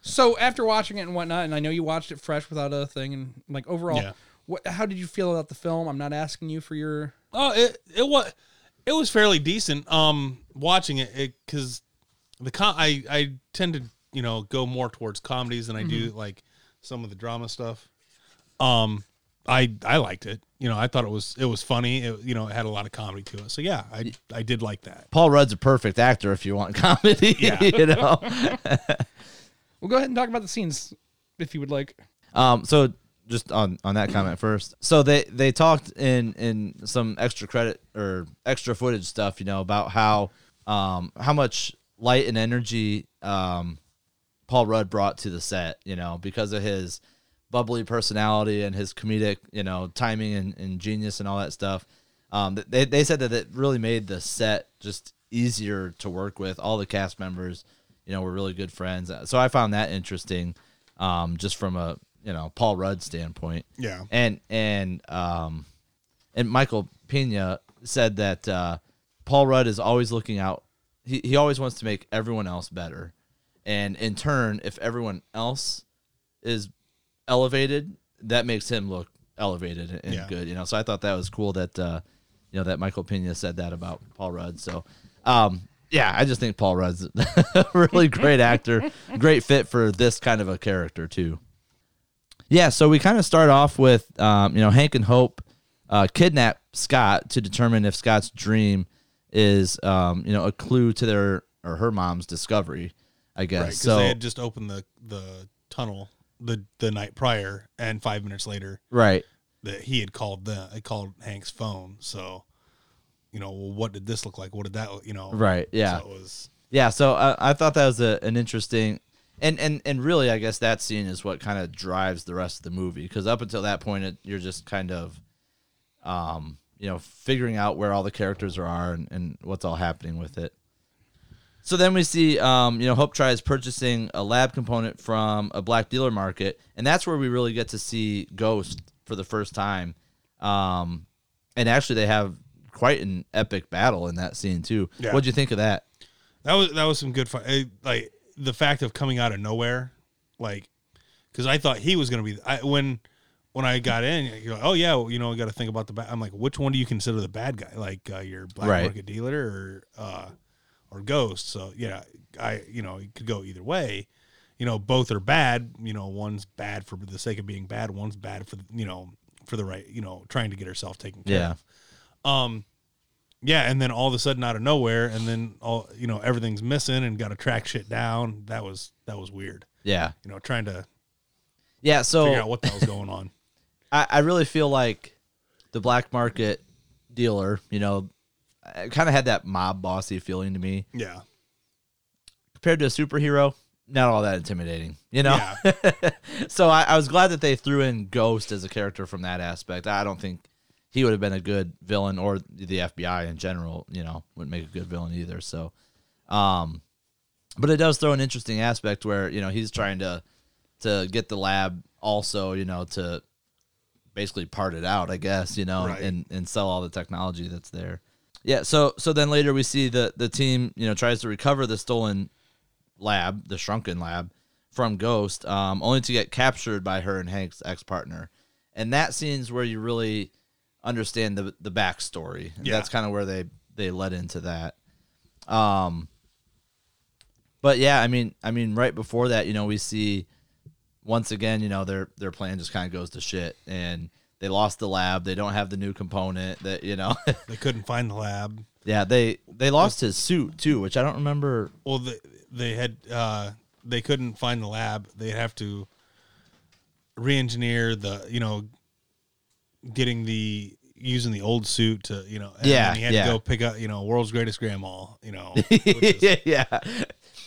Speaker 1: So after watching it and whatnot, and I know you watched it fresh without a thing, and like overall,
Speaker 2: Yeah.
Speaker 1: what, how did you feel about the film? I'm not asking you for your.
Speaker 2: Oh, it it was it was fairly decent. Um, watching it because the com- I I tend to you know go more towards comedies than I do
Speaker 3: Mm-hmm.
Speaker 2: like some of the drama stuff. Um, I I liked it. You know, I thought it was it was funny. It, you know, it had a lot of comedy to it. So yeah, I I did like that.
Speaker 3: Paul Rudd's a perfect actor if you want comedy.
Speaker 2: Yeah.
Speaker 3: you know.
Speaker 1: Well, go ahead and talk about the scenes if you would like.
Speaker 3: Um, so just on on that comment first. So they they talked in in some extra credit or extra footage stuff, you know, about how um how much light and energy um Paul Rudd brought to the set, you know, because of his bubbly personality and his comedic, you know, timing and, and genius and all that stuff. Um, th- they, they said that it really made the set just easier to work with. All the cast members, you know, were really good friends. Uh, So I found that interesting, um, just from a, you know, Paul Rudd standpoint.
Speaker 2: Yeah.
Speaker 3: And, and, um, and Michael Pena said that uh, Paul Rudd is always looking out. He, he always wants to make everyone else better. And in turn, if everyone else is elevated, that makes him look elevated and
Speaker 2: Yeah.
Speaker 3: good. You know, so I thought that was cool that uh, you know that Michael Pena said that about Paul Rudd. So, um, yeah, I just think Paul Rudd's a really great actor, great fit for this kind of a character too. Yeah, so we kind of start off with um, you know Hank and Hope uh, kidnap Scott to determine if Scott's dream is um, you know a clue to their or her mom's discovery. I guess
Speaker 2: Right, because
Speaker 3: so.
Speaker 2: they had just opened the the tunnel the the night prior, and five minutes later,
Speaker 3: right.
Speaker 2: that he had called the I called Hank's phone. So, you know, well, what did this look like? What did that look- you know?
Speaker 3: Right, yeah.
Speaker 2: So it was
Speaker 3: Yeah, so I, I thought that was a, an interesting, and, and and really, I guess that scene is what kind of drives the rest of the movie because up until that point, it, you're just kind of, um, you know, figuring out where all the characters are and, and what's all happening with it. So then we see, um, you know, Hope tries purchasing a lab component from a black dealer market, and that's where we really get to see Ghost for the first time. Um, and actually, they have quite an epic battle in that scene too.
Speaker 2: Yeah.
Speaker 3: What'd you think of that?
Speaker 2: that was that was some good fun. It- like the fact of coming out of nowhere, like because I thought he was gonna be I, when when I got in. You're like, oh yeah, well, you know, we got to think about the bad. I'm like, which one do you consider the bad guy? Like uh, your black
Speaker 3: Right.
Speaker 2: market dealer or uh, or ghost? So yeah, I you know it could go either way. You know, both are bad. You know, one's bad for the sake of being bad. One's bad for you know for the right. You know, trying to get herself taken care
Speaker 3: Yeah.
Speaker 2: of. Um, Yeah, and then all of a sudden out of nowhere, and then all you know everything's missing and got to track shit down. That was that was weird.
Speaker 3: Yeah.
Speaker 2: You know, trying to
Speaker 3: Yeah,
Speaker 2: figure out
Speaker 3: so
Speaker 2: what the hell's going on.
Speaker 3: I, I really feel like the black market dealer, you know, kind of had that mob bossy feeling to me.
Speaker 2: Yeah.
Speaker 3: Compared to a superhero, not all that intimidating, you know?
Speaker 2: Yeah.
Speaker 3: so I, I was glad that they threw in Ghost as a character from that aspect. I don't think he would have been a good villain, or the FBI in general, you know, wouldn't make a good villain either. So, um, but it does throw an interesting aspect where you know he's trying to to get the lab also, you know, to basically part it out, I guess, you know,
Speaker 2: Right.
Speaker 3: and and sell all the technology that's there. Yeah. So so then later we see the the team, you know, tries to recover the stolen lab, the shrunken lab, from Ghost, um, only to get captured by her and Hank's ex partner. And that scene's where you really understand the the backstory. And
Speaker 2: Yeah.
Speaker 3: That's kind of where they they led into that. Um, but yeah, I mean, I mean, right before that, you know, we see once again, you know, their their plan just kind of goes to shit, and they lost the lab. They don't have the new component that you know.
Speaker 2: They couldn't find the lab.
Speaker 3: yeah, they they lost his suit too, which I don't remember.
Speaker 2: Well, they, they had uh, they couldn't find the lab. They'd have to re-engineer the you know getting the using the old suit to you know and
Speaker 3: Yeah,
Speaker 2: then he had
Speaker 3: yeah.
Speaker 2: to go pick up you know world's greatest grandma you know
Speaker 3: yeah.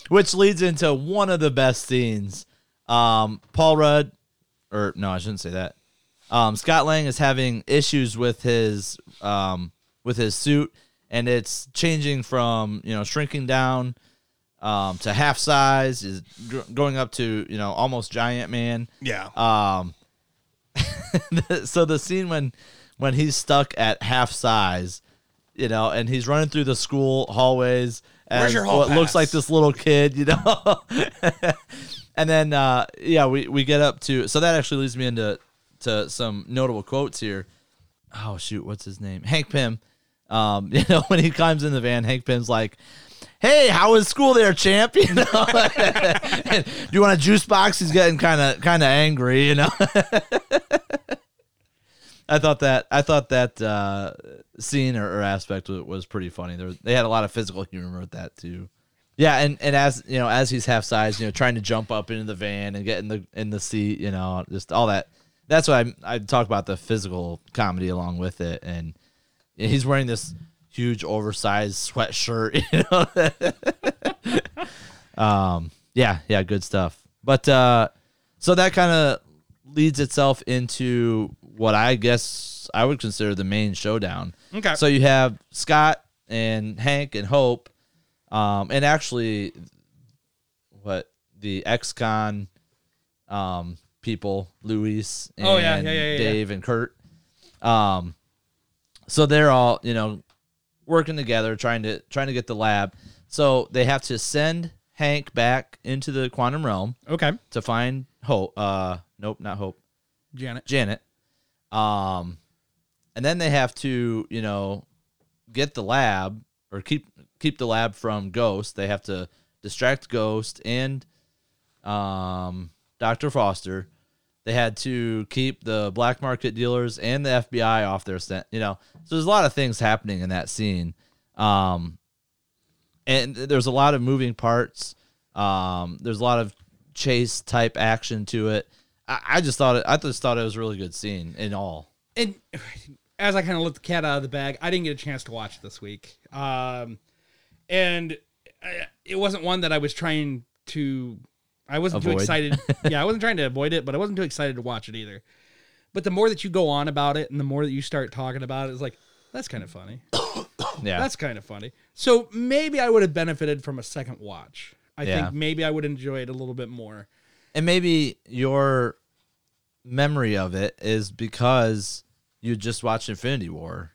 Speaker 3: Which leads into one of the best scenes. Um, Paul Rudd, or no, I shouldn't say that. Um, Scott Lang is having issues with his um, with his suit, and it's changing from you know shrinking down um, to half size, is gr- going up to you know almost giant man.
Speaker 2: yeah
Speaker 3: Ah, so the scene when when he's stuck at half size, you know, and he's running through the school hallways as
Speaker 2: Where's your hall
Speaker 3: what looks
Speaker 2: pass?
Speaker 3: like this little kid, you know. and then uh yeah, we we get up to so that actually leads me into to some notable quotes here. Oh shoot, what's his name? Hank Pym. Um, you know, when he climbs in the van, Hank Pym's like, Hey, how was school there, champ? You know, And, do you want a juice box? He's getting kind of kind of angry, you know. I thought that I thought that uh, scene or, or aspect was, was pretty funny. There was, they had a lot of physical humor with that too. Yeah, and, and as you know, as he's half size, you know, trying to jump up into the van and get in the in the seat, you know, just all that. That's why I I talk about the physical comedy along with it, and he's wearing this huge oversized sweatshirt. You know, yeah, yeah, good stuff. But uh, so that kind of leads itself into what I guess I would consider the main showdown.
Speaker 1: Okay.
Speaker 3: So you have Scott and Hank and Hope, um, and actually, what the ex-con um, people, Luis and
Speaker 1: Oh, yeah, yeah, yeah, yeah, yeah.
Speaker 3: Dave and Kurt. Um, so they're all you know working together trying to trying to get the lab. So they have to send Hank back into the quantum realm
Speaker 1: Okay.
Speaker 3: to find Hope. Uh, nope, not Hope.
Speaker 1: Janet.
Speaker 3: Janet. Um, and then they have to, you know, get the lab or keep keep the lab from Ghost. They have to distract Ghost and um, Doctor Foster. They had to keep the black market dealers and the FBI off their scent. You know, so there's a lot of things happening in that scene. Um, and there's a lot of moving parts. Um, there's a lot of chase type action to it. I, I just thought it. I just thought it was a really good scene in all.
Speaker 1: And as I kind of let the cat out of the bag, I didn't get a chance to watch this week. Um, and I, it wasn't one that I was trying to. I wasn't too
Speaker 3: Avoid.
Speaker 1: excited. yeah, I wasn't trying to avoid it, but I wasn't too excited to watch it either. But the more that you go on about it, and the more that you start talking about it, it's like that's kind of funny.
Speaker 3: Yeah,
Speaker 1: That's kind of funny. So maybe I would have benefited from a second watch. I
Speaker 3: Yeah.
Speaker 1: think maybe I would enjoy it a little bit more.
Speaker 3: and maybe your memory of it is because you just watched Infinity War.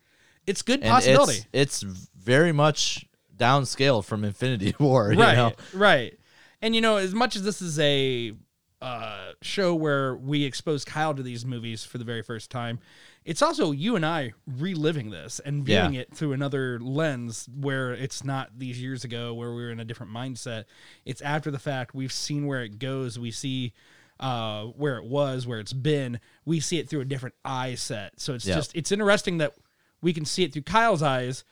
Speaker 1: It's good
Speaker 3: And
Speaker 1: possibility.
Speaker 3: It's, it's very much downscale from Infinity War. you
Speaker 1: right
Speaker 3: know?
Speaker 1: right and you know as much as this is a uh, show where we expose kyle to these movies for the very first time it's also you and i reliving this and
Speaker 3: Yeah.
Speaker 1: viewing it through another lens where it's not these years ago where we were in a different mindset it's after the fact we've seen where it goes we see uh, where it was where it's been we see it through a different eye set so it's
Speaker 3: Yeah.
Speaker 1: just it's interesting that we can see it through kyle's eyes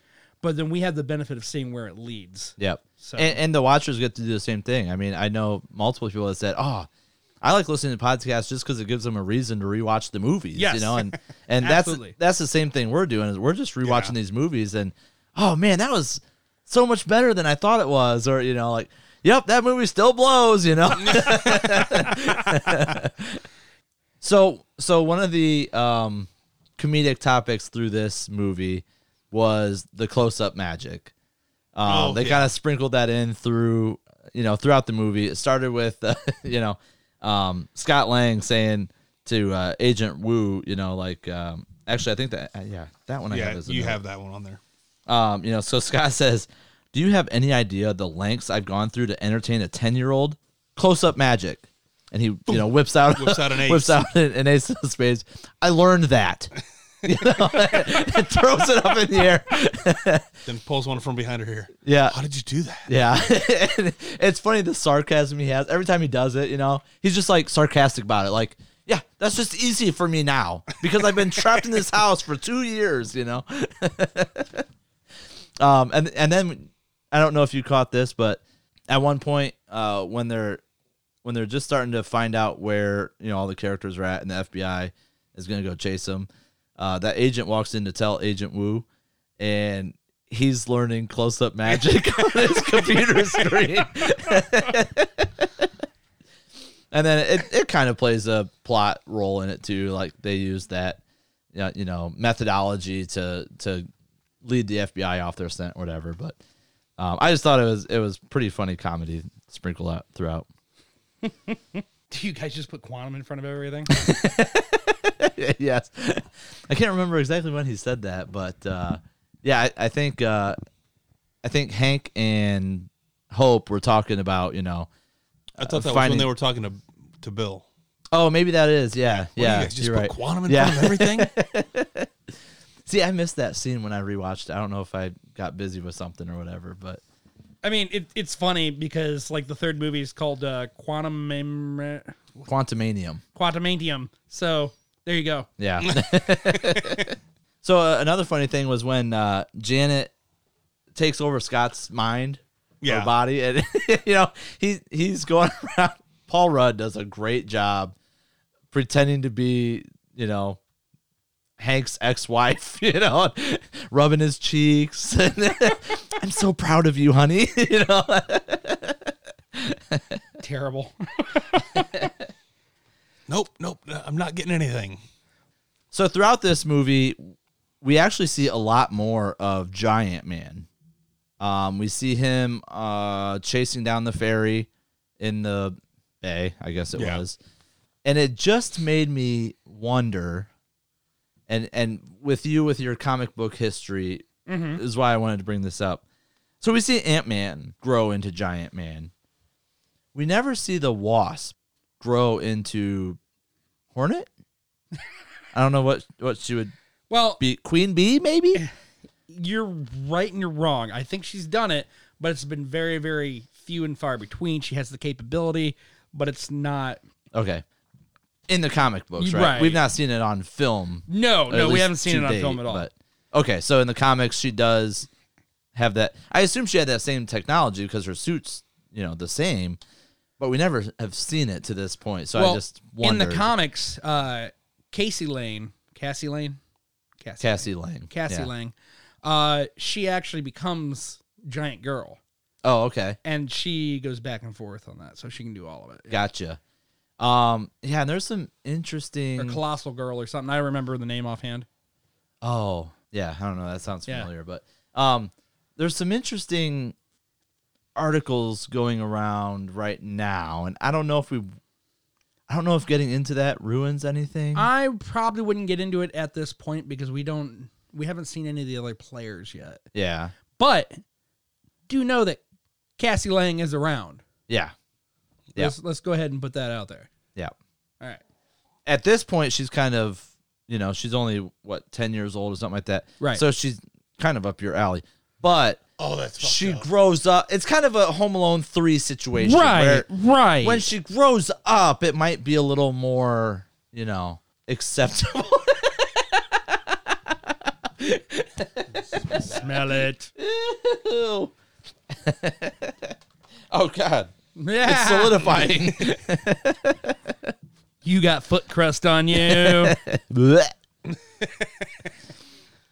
Speaker 1: but then we have the benefit of seeing where it leads
Speaker 3: Yep.
Speaker 1: So-
Speaker 3: And, and the watchers get to do the same thing. I mean, I know multiple people that said, "Oh, I like listening to podcasts just because it gives them a reason to rewatch the movies.
Speaker 1: Yes.
Speaker 3: you know, and and that's
Speaker 1: Absolutely.
Speaker 3: that's the same thing we're doing is we're just rewatching these movies and oh man, that was so much better than I thought it was, or you know, like yep, that movie still blows, you know. so so one of the um, comedic topics through this movie was the close up magic. Um,
Speaker 2: Oh,
Speaker 3: they
Speaker 2: yeah.
Speaker 3: kind of sprinkled that in through, you know, throughout the movie. It started with, uh, you know, um, Scott Lang saying to uh, Agent Wu, you know, like, um, actually, I think that, uh, yeah, that one I have
Speaker 2: Yeah,
Speaker 3: is
Speaker 2: you have that one on there.
Speaker 3: um, you know, so Scott says, "Do you have any idea the lengths I've gone through to entertain a ten-year-old? Close up magic." And he, you know, whips out,
Speaker 2: Whips out an ace.
Speaker 3: whips out an, an ace of spades. I learned that. You know, and throws it up in the air.
Speaker 2: Then pulls one from behind her here.
Speaker 3: Yeah.
Speaker 2: How did you do that?
Speaker 3: Yeah. And it's funny the sarcasm he has. Every time he does it, you know, he's just like sarcastic about it. Like, yeah, that's just easy for me now because I've been trapped in this house for two years, you know? um, and, and then I don't know if you caught this, but at one point, uh, when they're, when they're just starting to find out where, you know, all the characters are at and the FBI is going to go chase them, uh, that agent walks in to tell Agent Wu and he's learning close up magic on his computer screen. and then it, it kind of plays a plot role in it too. Like they use that you know, you know methodology to to lead the FBI off their scent or whatever. But um, I just thought it was it was pretty funny comedy sprinkled out throughout.
Speaker 1: Do you guys just put quantum in front of everything?
Speaker 3: yes. I can't remember exactly when he said that, but uh, yeah, I, I think uh, I think Hank and Hope were talking about you know,
Speaker 2: I thought that was
Speaker 3: finding-
Speaker 2: when they were talking to to Bill.
Speaker 3: oh maybe that is yeah
Speaker 2: What,
Speaker 3: yeah
Speaker 2: you guys just
Speaker 3: you're
Speaker 2: put
Speaker 3: right.
Speaker 2: quantum in
Speaker 3: Yeah.
Speaker 2: front of everything.
Speaker 3: See, I missed that scene when I rewatched. it. I don't know if I got busy with something or whatever, but
Speaker 1: I mean, it, it's funny because like the third movie is called uh, Quantum Mem-
Speaker 3: Quantumanium.
Speaker 1: Quantumantium. So there you go.
Speaker 3: Yeah. so uh, another funny thing was when uh, Janet takes over Scott's mind or
Speaker 2: Yeah.
Speaker 3: body, and you know he he's going around. Paul Rudd does a great job pretending to be you know Hank's ex-wife, you know, rubbing his cheeks. I'm so proud of you, honey. you know.
Speaker 1: Terrible.
Speaker 2: nope, nope. I'm not getting anything.
Speaker 3: So throughout this movie, we actually see a lot more of Giant Man. Um, we see him uh, chasing down the ferry in the bay, I guess it
Speaker 2: Yeah.
Speaker 3: was, and it just made me wonder. And and with you with your comic book history is why I wanted to bring this up. So we see Ant Man grow into Giant Man. We never see the Wasp grow into Hornet. I don't know what what she would
Speaker 1: Well,
Speaker 3: be Queen Bee maybe.
Speaker 1: you're right and you're wrong. I think she's done it, but it's been very, very few and far between. She has the capability, but it's not.
Speaker 3: Okay. In the comic books, right?
Speaker 1: Right.
Speaker 3: We've not seen it on film.
Speaker 1: No,
Speaker 3: or at
Speaker 1: no, we
Speaker 3: least
Speaker 1: haven't seen
Speaker 3: to
Speaker 1: it on
Speaker 3: date,
Speaker 1: film at all.
Speaker 3: But okay, so in the comics, she does have that. I assume she had that same technology because her suits, you know, the same. But we never have seen it to this point, so I
Speaker 1: well,
Speaker 3: just
Speaker 1: in
Speaker 3: wondered.
Speaker 1: the comics, uh, Casey Lane, Cassie Lane, Cassie,
Speaker 3: Cassie Lang.
Speaker 1: Cassie
Speaker 3: Yeah.
Speaker 1: Lang, uh, she actually becomes giant girl,
Speaker 3: Oh, okay.
Speaker 1: and she goes back and forth on that, so she can do all of it.
Speaker 3: Gotcha. Um, yeah, and there's some
Speaker 1: Or
Speaker 3: interesting.
Speaker 1: colossal girl or something. I remember the name offhand.
Speaker 3: Oh, yeah. I don't know. That sounds
Speaker 1: Yeah.
Speaker 3: familiar, but um, there's some interesting articles going around right now, and I don't know if we, I don't know if getting into that ruins anything.
Speaker 1: I probably wouldn't get into it at this point because we don't, we haven't seen any of the other players yet.
Speaker 3: yeah,
Speaker 1: But do know that Cassie Lang is around.
Speaker 3: yeah, Yeah.
Speaker 1: Let's, let's go ahead and put that out there.
Speaker 3: yeah.
Speaker 1: All right.
Speaker 3: At this point, she's kind of, you know, she's only what ten years old or something like that.
Speaker 1: Right.
Speaker 3: So she's kind of up your alley, but
Speaker 2: Oh, that's fucked
Speaker 3: she
Speaker 2: up.
Speaker 3: grows up. It's kind of a Home Alone three situation, where-
Speaker 1: right.
Speaker 3: when she grows up, it might be a little more, you know, acceptable.
Speaker 1: Smell it.
Speaker 3: Ew. oh God.
Speaker 1: Yeah.
Speaker 3: It's solidifying.
Speaker 1: you got foot crust on you.
Speaker 3: Blech.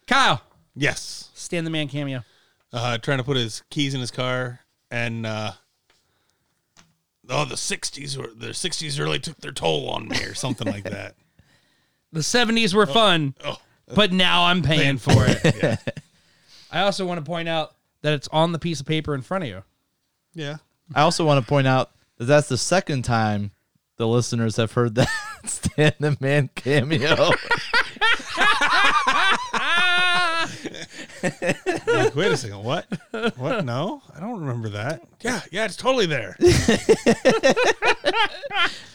Speaker 1: Kyle,
Speaker 2: Yes.
Speaker 1: stand the man cameo.
Speaker 2: Uh, trying to put his keys in his car, and uh, oh, the '60s were the '60s really took their toll on me, or something like that.
Speaker 1: The 70s were fun,
Speaker 2: Oh,
Speaker 1: but now I'm paying
Speaker 2: paying
Speaker 1: for it.
Speaker 2: for it. Yeah.
Speaker 1: I also want to point out that it's on the piece of paper in front of you.
Speaker 2: yeah.
Speaker 3: I also want to point out that that's the second time the listeners have heard that Stan the Man cameo.
Speaker 2: Like, wait a second. What? What? No, I don't remember that. Yeah, yeah, it's totally there.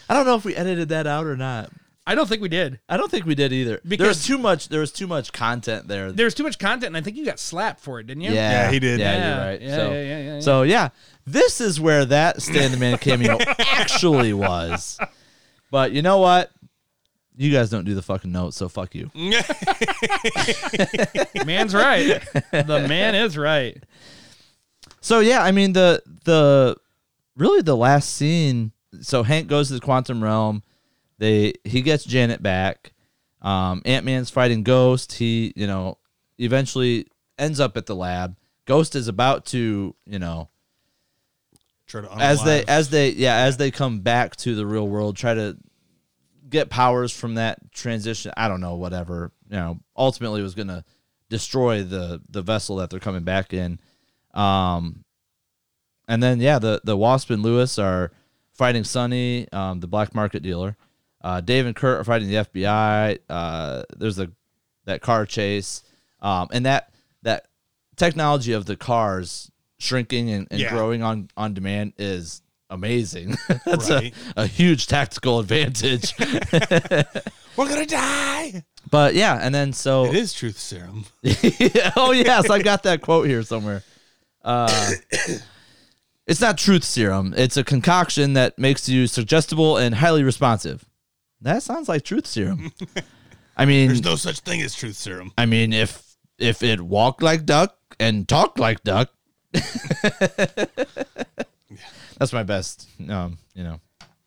Speaker 3: I don't know if we edited that out or not.
Speaker 1: I don't think we did.
Speaker 3: I don't think we did either. there
Speaker 1: Because-
Speaker 3: was too much. There was too much content there.
Speaker 1: There's too much content, and I think you got slapped for it, didn't you?
Speaker 3: Yeah,
Speaker 2: Yeah, he did.
Speaker 3: Yeah,
Speaker 1: Yeah,
Speaker 3: you're right.
Speaker 1: yeah,
Speaker 3: so,
Speaker 1: yeah, yeah, yeah, yeah.
Speaker 3: so yeah, this is where that Stan the Man cameo actually was. But you know what? You guys don't do the fucking notes, so fuck you.
Speaker 1: Man's right. the man is right.
Speaker 3: So yeah, I mean the the really the last scene. So Hank goes to the quantum realm. They he gets Janet back. Um, Ant Man's fighting Ghost. He you know eventually ends up at the lab. Ghost is about to you know
Speaker 2: Try to
Speaker 3: as they
Speaker 2: unalive.
Speaker 3: as they yeah as they come back to the real world try to get powers from that transition i don't know whatever you know ultimately was gonna destroy the the vessel that they're coming back in um and then yeah the the wasp and lewis are fighting sunny um the black market dealer uh dave and kurt are fighting the fbi uh there's a that car chase um and that that technology of the cars shrinking and, and
Speaker 2: Yeah.
Speaker 3: growing on on demand is amazing that's
Speaker 2: Right.
Speaker 3: a, a huge tactical advantage
Speaker 2: we're gonna die.
Speaker 3: but yeah and then so
Speaker 2: It is truth serum.
Speaker 3: oh yes, I've got that quote here somewhere. Uh, it's not truth serum. It's a concoction that makes you suggestible and highly responsive. That sounds like truth serum. I mean,
Speaker 2: There's no such thing as truth serum.
Speaker 3: I mean, if if it walked like duck and talked like duck, that's my best, um, you know,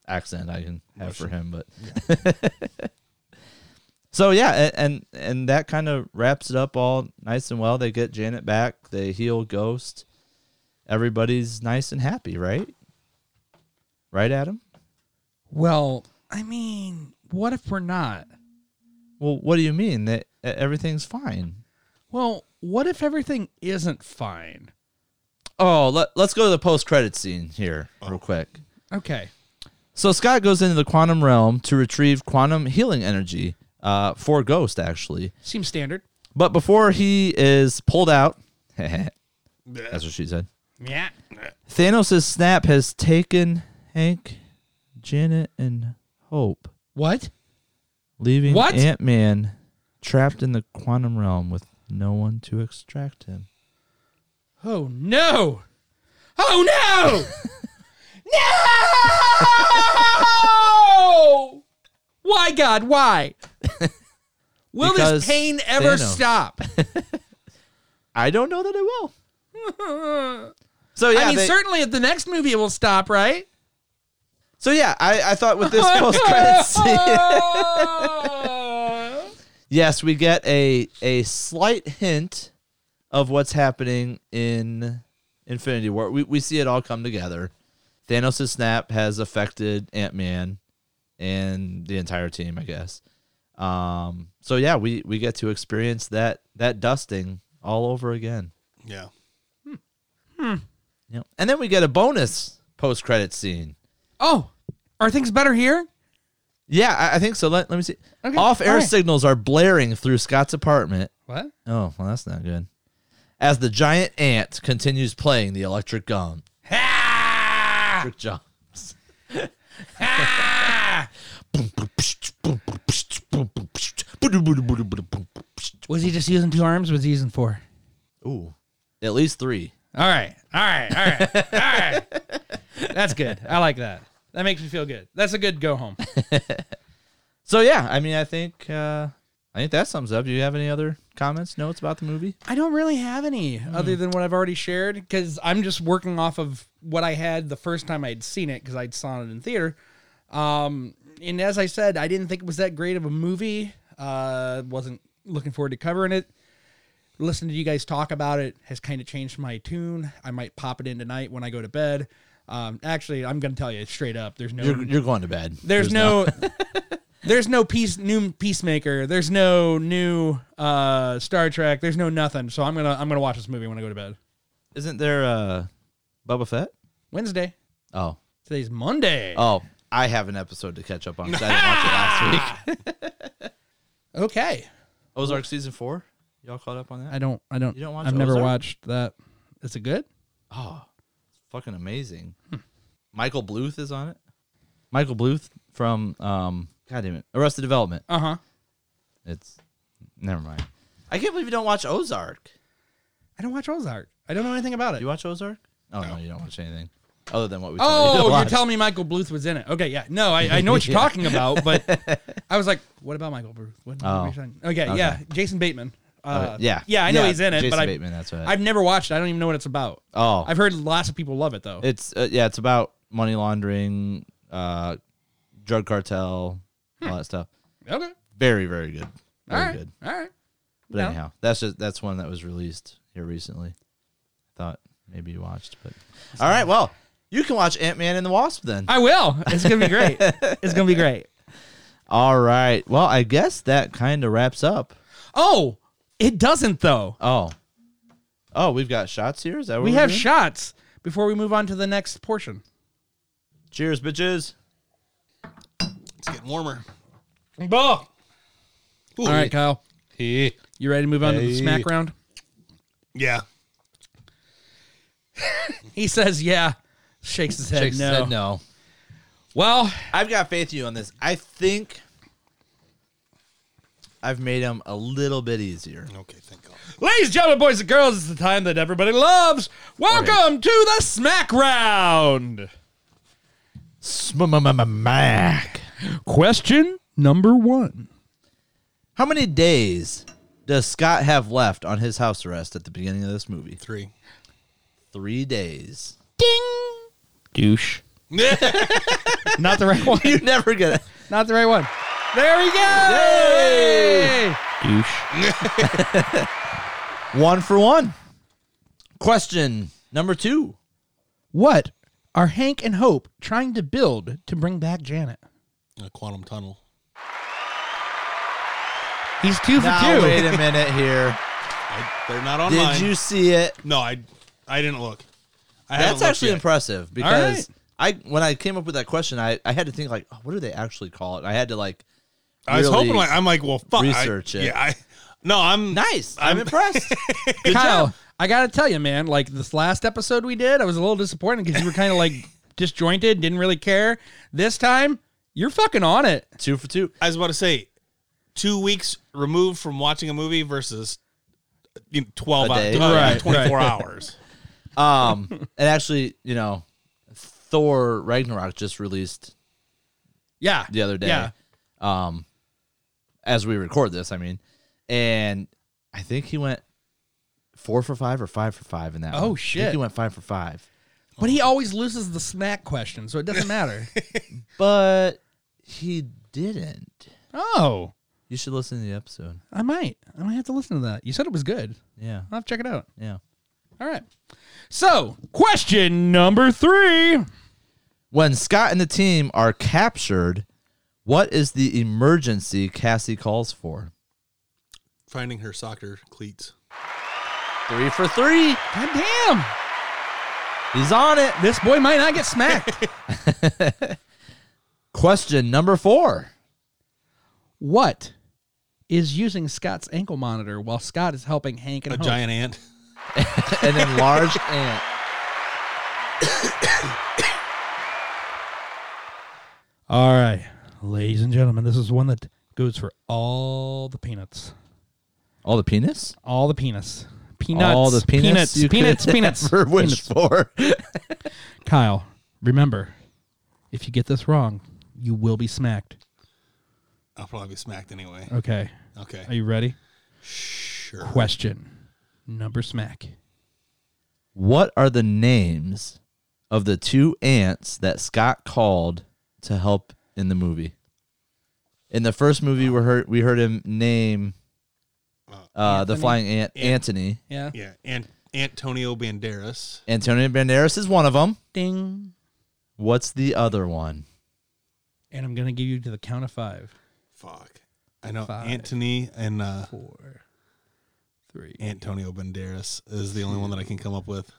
Speaker 3: accent I can have for him. But so yeah, a- and and that kind of wraps it up all nice and well. They get Janet back. They heal Ghost. Everybody's nice and happy, right? Right, Adam.
Speaker 1: Well, I mean, what if we're not?
Speaker 3: Well, what do you mean that e- everything's fine?
Speaker 1: Well, what if everything isn't fine?
Speaker 3: Oh, let, let's go to the post credit scene here real quick.
Speaker 1: Okay.
Speaker 3: So Scott goes into the quantum realm to retrieve quantum healing energy uh, for Ghost, actually.
Speaker 1: Seems standard.
Speaker 3: But before he is pulled out, that's what she said.
Speaker 1: Yeah.
Speaker 3: Thanos' snap has taken Hank, Janet, and Hope,
Speaker 1: What?
Speaker 3: leaving
Speaker 1: What?
Speaker 3: Ant Man trapped in the quantum realm with no one to extract him.
Speaker 1: Oh no! Oh no! no! Why God? Why? Will
Speaker 3: Because
Speaker 1: this pain ever
Speaker 3: Thanos.
Speaker 1: stop?
Speaker 3: I don't know that it will. so yeah,
Speaker 1: I mean,
Speaker 3: they-
Speaker 1: certainly at the next movie it will stop, right?
Speaker 3: so yeah, I, I thought with this post credit scene.
Speaker 1: Oh.
Speaker 3: Yes, we get a a slight hint of what's happening in Infinity War. We we see it all come together. Thanos' snap has affected Ant Man and the entire team, I guess. Um, so yeah, we we get to experience that that dusting all over again.
Speaker 2: Yeah.
Speaker 3: Yep. And then we get a bonus post credit scene.
Speaker 1: oh, are things better here?
Speaker 3: Yeah, I, I think so. Let, let me see.
Speaker 1: Okay,
Speaker 3: Off air
Speaker 1: all right.
Speaker 3: signals are blaring through Scott's apartment.
Speaker 1: What?
Speaker 3: Oh, well, that's not good. As the giant ant continues playing the electric gong. Electric John.
Speaker 1: Was he just using two arms? Was he using four?
Speaker 3: Ooh. At least three.
Speaker 1: All right, all right, all right, all right. That's good. I like that. That makes me feel good. That's a good go home.
Speaker 3: So yeah, I mean I think uh I think that sums up. Do you have any other comments, notes about the movie?
Speaker 1: I don't really have any other than what I've already shared because I'm just working off of what I had the first time I'd seen it because I'd saw it in theater. Um, and as I said, I didn't think it was that great of a movie. Uh, wasn't looking forward to covering it. Listening to you guys talk about it has kind of changed my tune. I might pop it in tonight when I go to bed. Um, actually, I'm going to tell you straight up. There's no
Speaker 3: You're, you're going to bed.
Speaker 1: there's no there's no peace new peacemaker there's no new uh star trek there's no nothing so i'm gonna i'm gonna watch this movie when i go to bed
Speaker 3: Isn't there uh, Boba Fett?
Speaker 1: wednesday
Speaker 3: Oh,
Speaker 1: today's monday
Speaker 3: oh, I have an episode to catch up on because I didn't watch it last week.
Speaker 1: okay
Speaker 3: Ozark season four. Y'all caught up on that?
Speaker 1: i don't i don't,
Speaker 3: You don't watch
Speaker 1: i've never
Speaker 3: Ozark?
Speaker 1: watched that is it good
Speaker 3: Fucking amazing.
Speaker 1: Hmm.
Speaker 3: Michael Bluth is on it. Michael Bluth from um, God damn it, Arrested Development.
Speaker 1: uh-huh
Speaker 3: It's never mind. I can't believe you don't watch Ozark.
Speaker 1: i don't watch ozark i don't know anything about it
Speaker 3: You watch Ozark? Oh no, you don't watch anything other than what we. told you to
Speaker 1: Oh, you're
Speaker 3: watch.
Speaker 1: telling me Michael Bluth was in it. Okay, yeah. No, I, I know what you're talking about, but I was like, what about Michael Bluth? What, what are you
Speaker 3: Oh.
Speaker 1: saying? Okay, yeah. Jason Bateman. Uh,
Speaker 3: Okay, yeah.
Speaker 1: Yeah, I know
Speaker 3: Yeah,
Speaker 1: he's in it,
Speaker 3: Jason
Speaker 1: but I,
Speaker 3: Bateman, that's right.
Speaker 1: I've never watched it. I don't even know what it's about.
Speaker 3: Oh.
Speaker 1: I've heard lots of people love it, though.
Speaker 3: It's uh, yeah, it's about money laundering, uh, drug cartel,
Speaker 1: Hmm.
Speaker 3: all that stuff.
Speaker 1: okay.
Speaker 3: Very very good.
Speaker 1: All
Speaker 3: Very
Speaker 1: right.
Speaker 3: good.
Speaker 1: All right.
Speaker 3: But
Speaker 1: Yeah.
Speaker 3: anyhow, that's just that's one that was released here recently. Thought maybe you watched, but all right. Well, you can watch Ant Man and the Wasp then.
Speaker 1: I will. It's going to be great. it's going to be great.
Speaker 3: All right. Well, I guess that kind of wraps up.
Speaker 1: Oh, it doesn't, though.
Speaker 3: Oh, oh, we've got shots here. Is that what
Speaker 1: We
Speaker 3: we're
Speaker 1: have
Speaker 3: doing?
Speaker 1: shots before we move on to the next portion.
Speaker 3: Cheers, bitches.
Speaker 2: It's getting warmer.
Speaker 1: All right, Kyle.
Speaker 2: Yeah.
Speaker 1: You ready to move on to the smack round?
Speaker 2: Yeah.
Speaker 1: He says, yeah. Shakes his head,
Speaker 3: Chicks
Speaker 1: no.
Speaker 3: said no.
Speaker 1: Well,
Speaker 3: I've got faith in you on this. I think I've made them a little bit easier.
Speaker 2: Okay, thank God.
Speaker 1: Ladies, gentlemen, boys, and girls, it's the time that everybody loves. Welcome to the Smack Round.
Speaker 3: Smack.
Speaker 1: Question number one.
Speaker 3: How many days does Scott have left on his house arrest at the beginning of this movie?
Speaker 2: Three.
Speaker 3: Three days.
Speaker 1: Douche. Not the right one.
Speaker 3: You never get it.
Speaker 1: Not the right one. There we go.
Speaker 3: One for one. Question number two.
Speaker 1: What are Hank and Hope trying to build to bring back Janet?
Speaker 2: A quantum tunnel.
Speaker 1: He's two for
Speaker 3: Now,
Speaker 1: two.
Speaker 3: wait a minute here.
Speaker 2: I, they're not on mine.
Speaker 3: Did you see it?
Speaker 2: No, I I didn't look. I haven't
Speaker 3: That's
Speaker 2: looked
Speaker 3: actually
Speaker 2: yet.
Speaker 3: impressive because I when I came up with that question, I, I had to think like, oh, what do they actually call it? I had to like
Speaker 2: I was hoping
Speaker 3: really-
Speaker 2: like I'm like, well, fuck. I-
Speaker 3: research it.
Speaker 2: Yeah. I, no, I'm
Speaker 3: Nice. I'm, impressed. Good
Speaker 1: Kyle,
Speaker 3: job.
Speaker 1: I gotta tell you, man. Like this last episode we did, I was a little disappointed because you were kind of like disjointed, didn't really care. This time, you're fucking on it.
Speaker 3: Two for two.
Speaker 2: I was about to say, two weeks removed from watching a movie versus you know, twelve
Speaker 3: A
Speaker 2: hours,
Speaker 3: day.
Speaker 1: Right,
Speaker 2: twenty four hours.
Speaker 3: Um, and actually, you know, Thor Ragnarok just released
Speaker 1: Yeah.
Speaker 3: the other day.
Speaker 1: Yeah.
Speaker 3: Um, as we record this, I mean, and I think he went four for five or five for five in that.
Speaker 1: Oh,
Speaker 3: one. I
Speaker 1: shit.
Speaker 3: think he went five for five,
Speaker 1: But he always loses the smack question, so it doesn't matter.
Speaker 3: but he didn't.
Speaker 1: oh,
Speaker 3: You should listen to the episode.
Speaker 1: I might. I might have to listen to that. You said it was good.
Speaker 3: Yeah,
Speaker 1: I'll have to check it out.
Speaker 3: yeah.
Speaker 1: All right. So, question number three.
Speaker 3: When Scott and the team are captured, what is the emergency Cassie calls for?
Speaker 2: Finding her soccer cleats.
Speaker 3: Three for three.
Speaker 1: God damn.
Speaker 3: He's on it.
Speaker 1: This boy might not get smacked.
Speaker 3: Question number four.
Speaker 1: what is using Scott's ankle monitor while Scott is helping Hank and
Speaker 2: A
Speaker 1: Hope?
Speaker 2: giant ant.
Speaker 3: An enlarged ant.
Speaker 1: All right. Ladies and gentlemen, this is one that goes for all the peanuts.
Speaker 3: All the penis?
Speaker 1: All the penis. Peanuts.
Speaker 3: All the penis.
Speaker 1: Peanuts.
Speaker 3: you
Speaker 1: peanuts.
Speaker 3: could
Speaker 1: Peanuts.
Speaker 3: ever
Speaker 1: peanuts.
Speaker 3: wish for.
Speaker 1: Kyle, remember, if you get this wrong, you will be smacked.
Speaker 2: I'll probably be smacked anyway.
Speaker 1: Okay.
Speaker 2: Okay.
Speaker 1: Are you ready?
Speaker 2: Sure.
Speaker 1: Question number smack.
Speaker 3: What are the names of the two ants that Scott called to help in the movie? In the first movie, we heard we heard him name uh, the flying ant Anthony.
Speaker 1: Yeah.
Speaker 2: Yeah. And Antonio Banderas.
Speaker 3: Antonio Banderas is one of them.
Speaker 1: Ding.
Speaker 3: What's the other one?
Speaker 1: And I'm gonna give you to the count of five.
Speaker 2: Fuck. I know
Speaker 1: Five.
Speaker 2: Anthony and uh,
Speaker 1: Four, three,
Speaker 2: Antonio Banderas is the only one that I can come up with.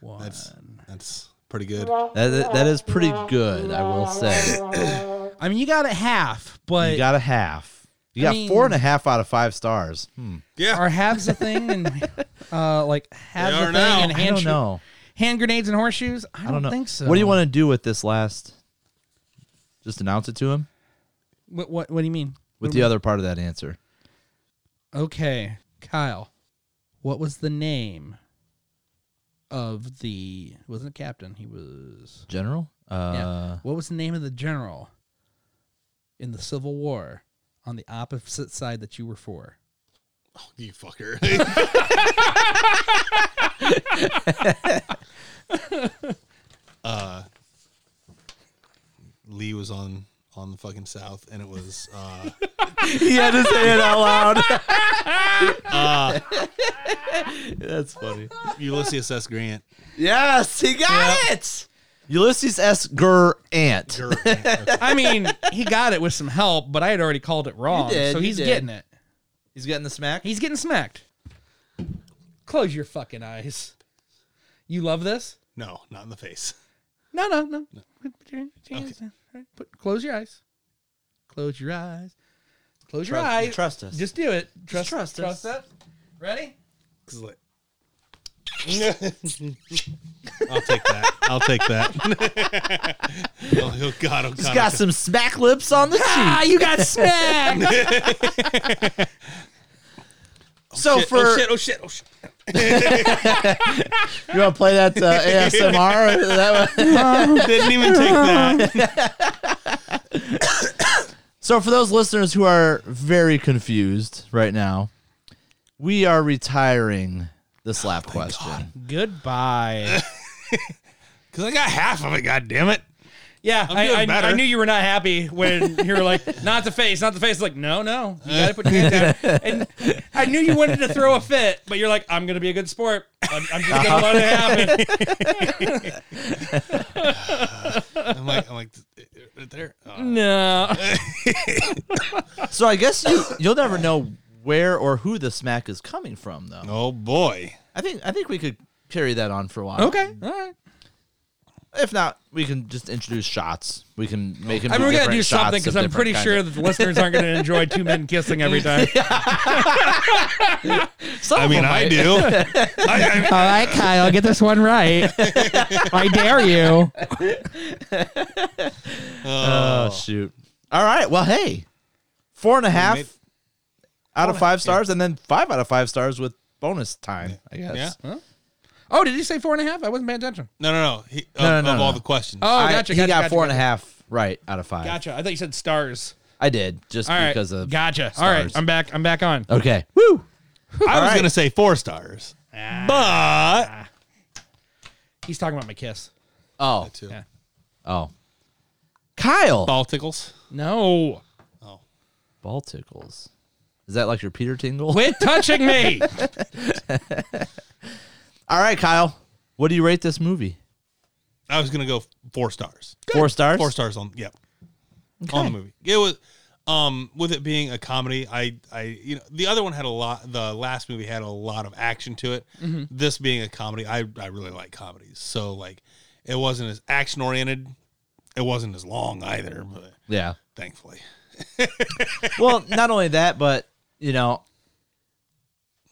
Speaker 1: one.
Speaker 2: That's that's pretty good.
Speaker 3: That, that- that is pretty good, I will say.
Speaker 1: I mean, you got a half, but
Speaker 3: You got a half. You
Speaker 1: I
Speaker 3: got
Speaker 1: mean-
Speaker 3: four and a half out of five stars. Hmm.
Speaker 2: Yeah.
Speaker 1: are halves a thing and uh, like halves
Speaker 2: They
Speaker 1: a thing
Speaker 2: are now.
Speaker 1: and
Speaker 2: I
Speaker 1: hand,
Speaker 3: I don't know.
Speaker 1: hand grenades and horseshoes? I don't,
Speaker 3: I don't know.
Speaker 1: think so.
Speaker 3: What do you want to do with this last? Just announce it to him
Speaker 1: What What, what do you mean?
Speaker 3: with the other part of that answer.
Speaker 1: Okay, Kyle. What was the name of the? Wasn't a captain. He was.
Speaker 3: General? Uh,
Speaker 1: Yeah. What was the name of the general in the Civil War on the opposite side that you were for?
Speaker 2: You fucker. uh, Lee was on on the fucking south, and it was uh,
Speaker 3: he had to say it out loud. Ah. That's funny.
Speaker 2: Ulysses S. Grant.
Speaker 3: Yes, he got it. Ulysses S. Grant.
Speaker 2: Sure. Okay.
Speaker 1: I mean, he got it with some help, but I had already called it wrong,
Speaker 3: did,
Speaker 1: so
Speaker 3: you
Speaker 1: he's
Speaker 3: did.
Speaker 1: getting it.
Speaker 3: He's getting the smack.
Speaker 1: He's getting smacked. Close your fucking eyes. You love this?
Speaker 2: No, not in the face.
Speaker 1: No, no, no. Put- put your- put your hands down. All right, put- close your eyes. Close your eyes. Close your
Speaker 3: Trust-
Speaker 1: eyes.
Speaker 3: trust us.
Speaker 1: Just do it. Trust,
Speaker 3: trust us.
Speaker 1: trust us. Ready?
Speaker 2: 'Cause like- I'll take that. I'll take that. oh, oh, God, oh, God.
Speaker 3: He's
Speaker 2: oh, God.
Speaker 3: got some smack lips on the cheek.
Speaker 1: Ah, you got smacked.
Speaker 3: So
Speaker 2: Shit,
Speaker 3: for
Speaker 2: oh, shit, oh, shit, oh, shit.
Speaker 3: you want to play that uh, ASMR? That one?
Speaker 2: Didn't even take that.
Speaker 3: So, for those listeners who are very confused right now, we are retiring the slap question.
Speaker 1: Goodbye.
Speaker 2: Because I got half of it, God damn it.
Speaker 1: Yeah, I,
Speaker 2: doing
Speaker 1: I,
Speaker 2: better.
Speaker 1: I knew you were not happy when you were like, not the face, not the face. Like, no, no, you got to put your hands down. And I knew you wanted to throw a fit, but you're like, I'm going to be a good sport. I'm, I'm just going to let it happen.
Speaker 2: I'm like, I'm like, right there. Oh.
Speaker 1: No.
Speaker 3: So, I guess you you'll never know where or who the smack is coming from, though.
Speaker 2: Oh boy.
Speaker 3: I think I think we could carry that on for a while. Mm-hmm.
Speaker 1: Okay. All right.
Speaker 3: If not, we can just introduce shots. We can make him.
Speaker 1: I mean, we got to do
Speaker 3: shots
Speaker 1: something because
Speaker 3: of
Speaker 1: I'm
Speaker 3: different
Speaker 1: pretty
Speaker 3: kinds
Speaker 1: sure
Speaker 3: of-
Speaker 1: that the listeners aren't going to enjoy two men kissing every time.
Speaker 3: Some
Speaker 2: I
Speaker 3: of
Speaker 2: mean,
Speaker 3: them
Speaker 2: I
Speaker 3: might.
Speaker 2: do. I, I,
Speaker 1: All right, Kyle, get this one right. I dare you.
Speaker 3: Oh shoot! All right. Well, hey, four and a half
Speaker 2: made-
Speaker 3: out of five stars, and then five out of five stars with bonus time. I guess.
Speaker 2: yeah. No,
Speaker 1: Oh, did you say four and a half? I wasn't paying attention.
Speaker 2: no, no. He, of,
Speaker 3: No, no, no,
Speaker 2: of all
Speaker 3: no.
Speaker 2: the questions.
Speaker 1: Oh,
Speaker 3: I-
Speaker 1: gotcha.
Speaker 3: he
Speaker 1: gotcha,
Speaker 3: got
Speaker 1: gotcha,
Speaker 3: four and
Speaker 1: gotcha.
Speaker 3: a half right out of five.
Speaker 1: Gotcha. I thought you said stars.
Speaker 3: I did just
Speaker 1: All right.
Speaker 3: because of.
Speaker 1: gotcha. All right.
Speaker 3: stars.
Speaker 1: I'm back. I'm back on.
Speaker 3: Okay. Woo.
Speaker 2: I was
Speaker 3: right.
Speaker 2: gonna say four stars, but
Speaker 1: He's talking about my kiss.
Speaker 3: Oh.
Speaker 2: two
Speaker 1: Yeah.
Speaker 3: Oh. Kyle.
Speaker 2: ball tickles.
Speaker 1: No.
Speaker 3: Ball tickles. Is that like your Peter tingle?
Speaker 1: Quit touching me.
Speaker 3: All right, Kyle. What do you rate this movie?
Speaker 2: I was gonna go four stars.
Speaker 3: Four stars.
Speaker 2: Four stars on yep. On the movie, it was. Um, with it being a comedy, I, I, you know, the other one had a lot. The last movie had a lot of action to it. This being a comedy, I, I really like comedies. So like, it wasn't as action oriented. It wasn't as long either, but
Speaker 3: Yeah.
Speaker 2: thankfully,
Speaker 3: well, not only that, but you know,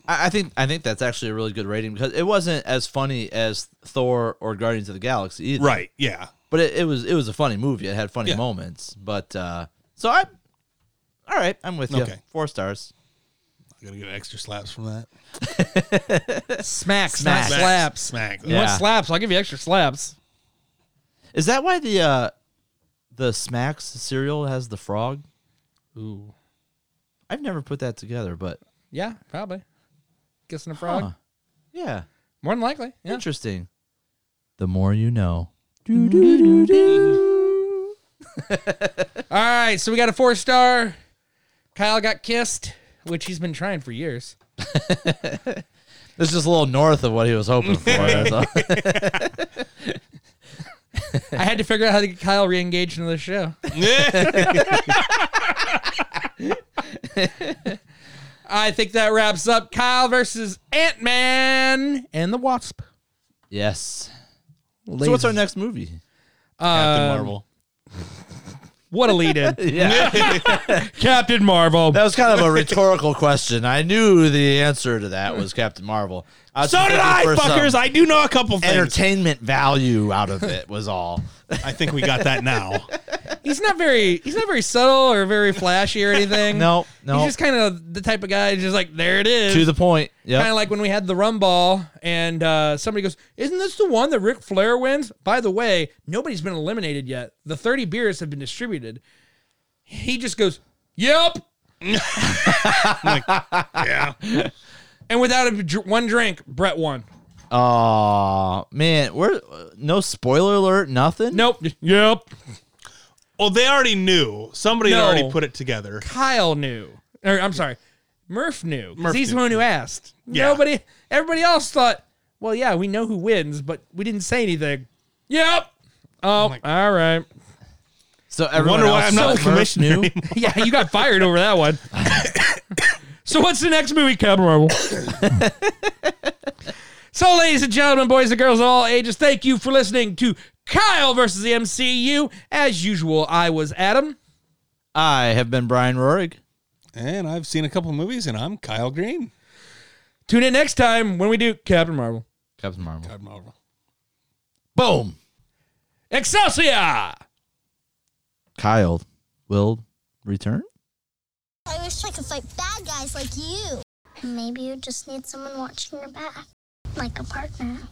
Speaker 3: I, I think I think that's actually a really good rating because it wasn't as funny as Thor or Guardians of the Galaxy either.
Speaker 2: right? Yeah,
Speaker 3: But it, it was it was a funny movie. It had funny
Speaker 2: Yeah.
Speaker 3: moments. But uh so I, all right, I'm with you.
Speaker 2: Okay.
Speaker 3: Four stars.
Speaker 2: I'm gonna get extra slaps from that.
Speaker 1: Smacks,
Speaker 3: Smack.
Speaker 1: not slaps.
Speaker 2: Smack.
Speaker 1: You want
Speaker 3: Yeah.
Speaker 1: slaps? I'll give you extra slaps.
Speaker 3: Is that why the uh the Smacks cereal has the frog?
Speaker 1: Ooh.
Speaker 3: I've never put that together, but
Speaker 1: Yeah, probably.
Speaker 4: kissing a frog?
Speaker 3: Huh. Yeah.
Speaker 4: More than likely. Yeah.
Speaker 3: Interesting. The more you know.
Speaker 4: All right, so we got a four star. Kyle got kissed, which he's been trying for years.
Speaker 3: This is a little north of what he was hoping for. that's all.
Speaker 4: I had to figure out how to get Kyle re-engaged into the show. I think that wraps up Kyle versus Ant Man and the Wasp.
Speaker 3: yes. So what's our next movie? Um,
Speaker 2: Captain Marvel.
Speaker 4: What a lead in,
Speaker 3: Yeah.
Speaker 4: Captain Marvel.
Speaker 3: that was kind of a rhetorical question. I knew the answer to that was Captain Marvel. was
Speaker 2: So
Speaker 3: just
Speaker 2: did
Speaker 3: looking
Speaker 2: I,
Speaker 3: for some
Speaker 2: fuckers. I do know a couple things.
Speaker 3: entertainment value out of it was all.
Speaker 2: I think we got that now.
Speaker 4: He's not very he's not very subtle or very flashy or anything.
Speaker 3: No, no.
Speaker 4: He's just kind of the type of guy who's just like there it is.
Speaker 3: to the point.
Speaker 4: Kind
Speaker 3: Yeah.
Speaker 4: of like when we had the rum ball, and uh, somebody goes, "Isn't this the one that Ric Flair wins?" By the way, nobody's been eliminated yet. The thirty beers have been distributed. He just goes, "Yep,"
Speaker 2: yeah.
Speaker 4: and without a, dr- one drink, Brett won.
Speaker 3: Oh man, we're no spoiler alert, nothing.
Speaker 4: Nope. Yep.
Speaker 2: Well, they already knew. Somebody had
Speaker 4: No.
Speaker 2: already put it together.
Speaker 4: Kyle knew, or I'm sorry, Murph knew. 'cause
Speaker 2: Murph
Speaker 4: he's
Speaker 2: knew.
Speaker 4: the one who asked.
Speaker 2: Yeah.
Speaker 4: Nobody, everybody else thought, well, yeah, we know who wins, but we didn't say anything. Yep. Oh, all right.
Speaker 3: So everyone
Speaker 2: Wonder why
Speaker 3: else
Speaker 2: I'm not
Speaker 3: but
Speaker 2: the
Speaker 3: Murph
Speaker 2: commissioner
Speaker 3: knew?
Speaker 2: anymore.
Speaker 4: Yeah, you got fired over that one. so what's the next movie, Captain Marvel? so, ladies and gentlemen, boys and girls of all ages, thank you for listening to Kyle versus the MCU. As usual, I was Adam.
Speaker 3: I have been Brian Roerig.
Speaker 2: And I've seen a couple movies, and I'm Kyle Green.
Speaker 4: Tune in next time when we do Captain Marvel.
Speaker 3: Captain Marvel.
Speaker 2: Captain Marvel.
Speaker 3: Boom.
Speaker 4: Excelsior!
Speaker 3: Kyle will return.
Speaker 5: I wish I could fight bad guys like you.
Speaker 11: Maybe you just need someone watching your back,
Speaker 5: Like a partner.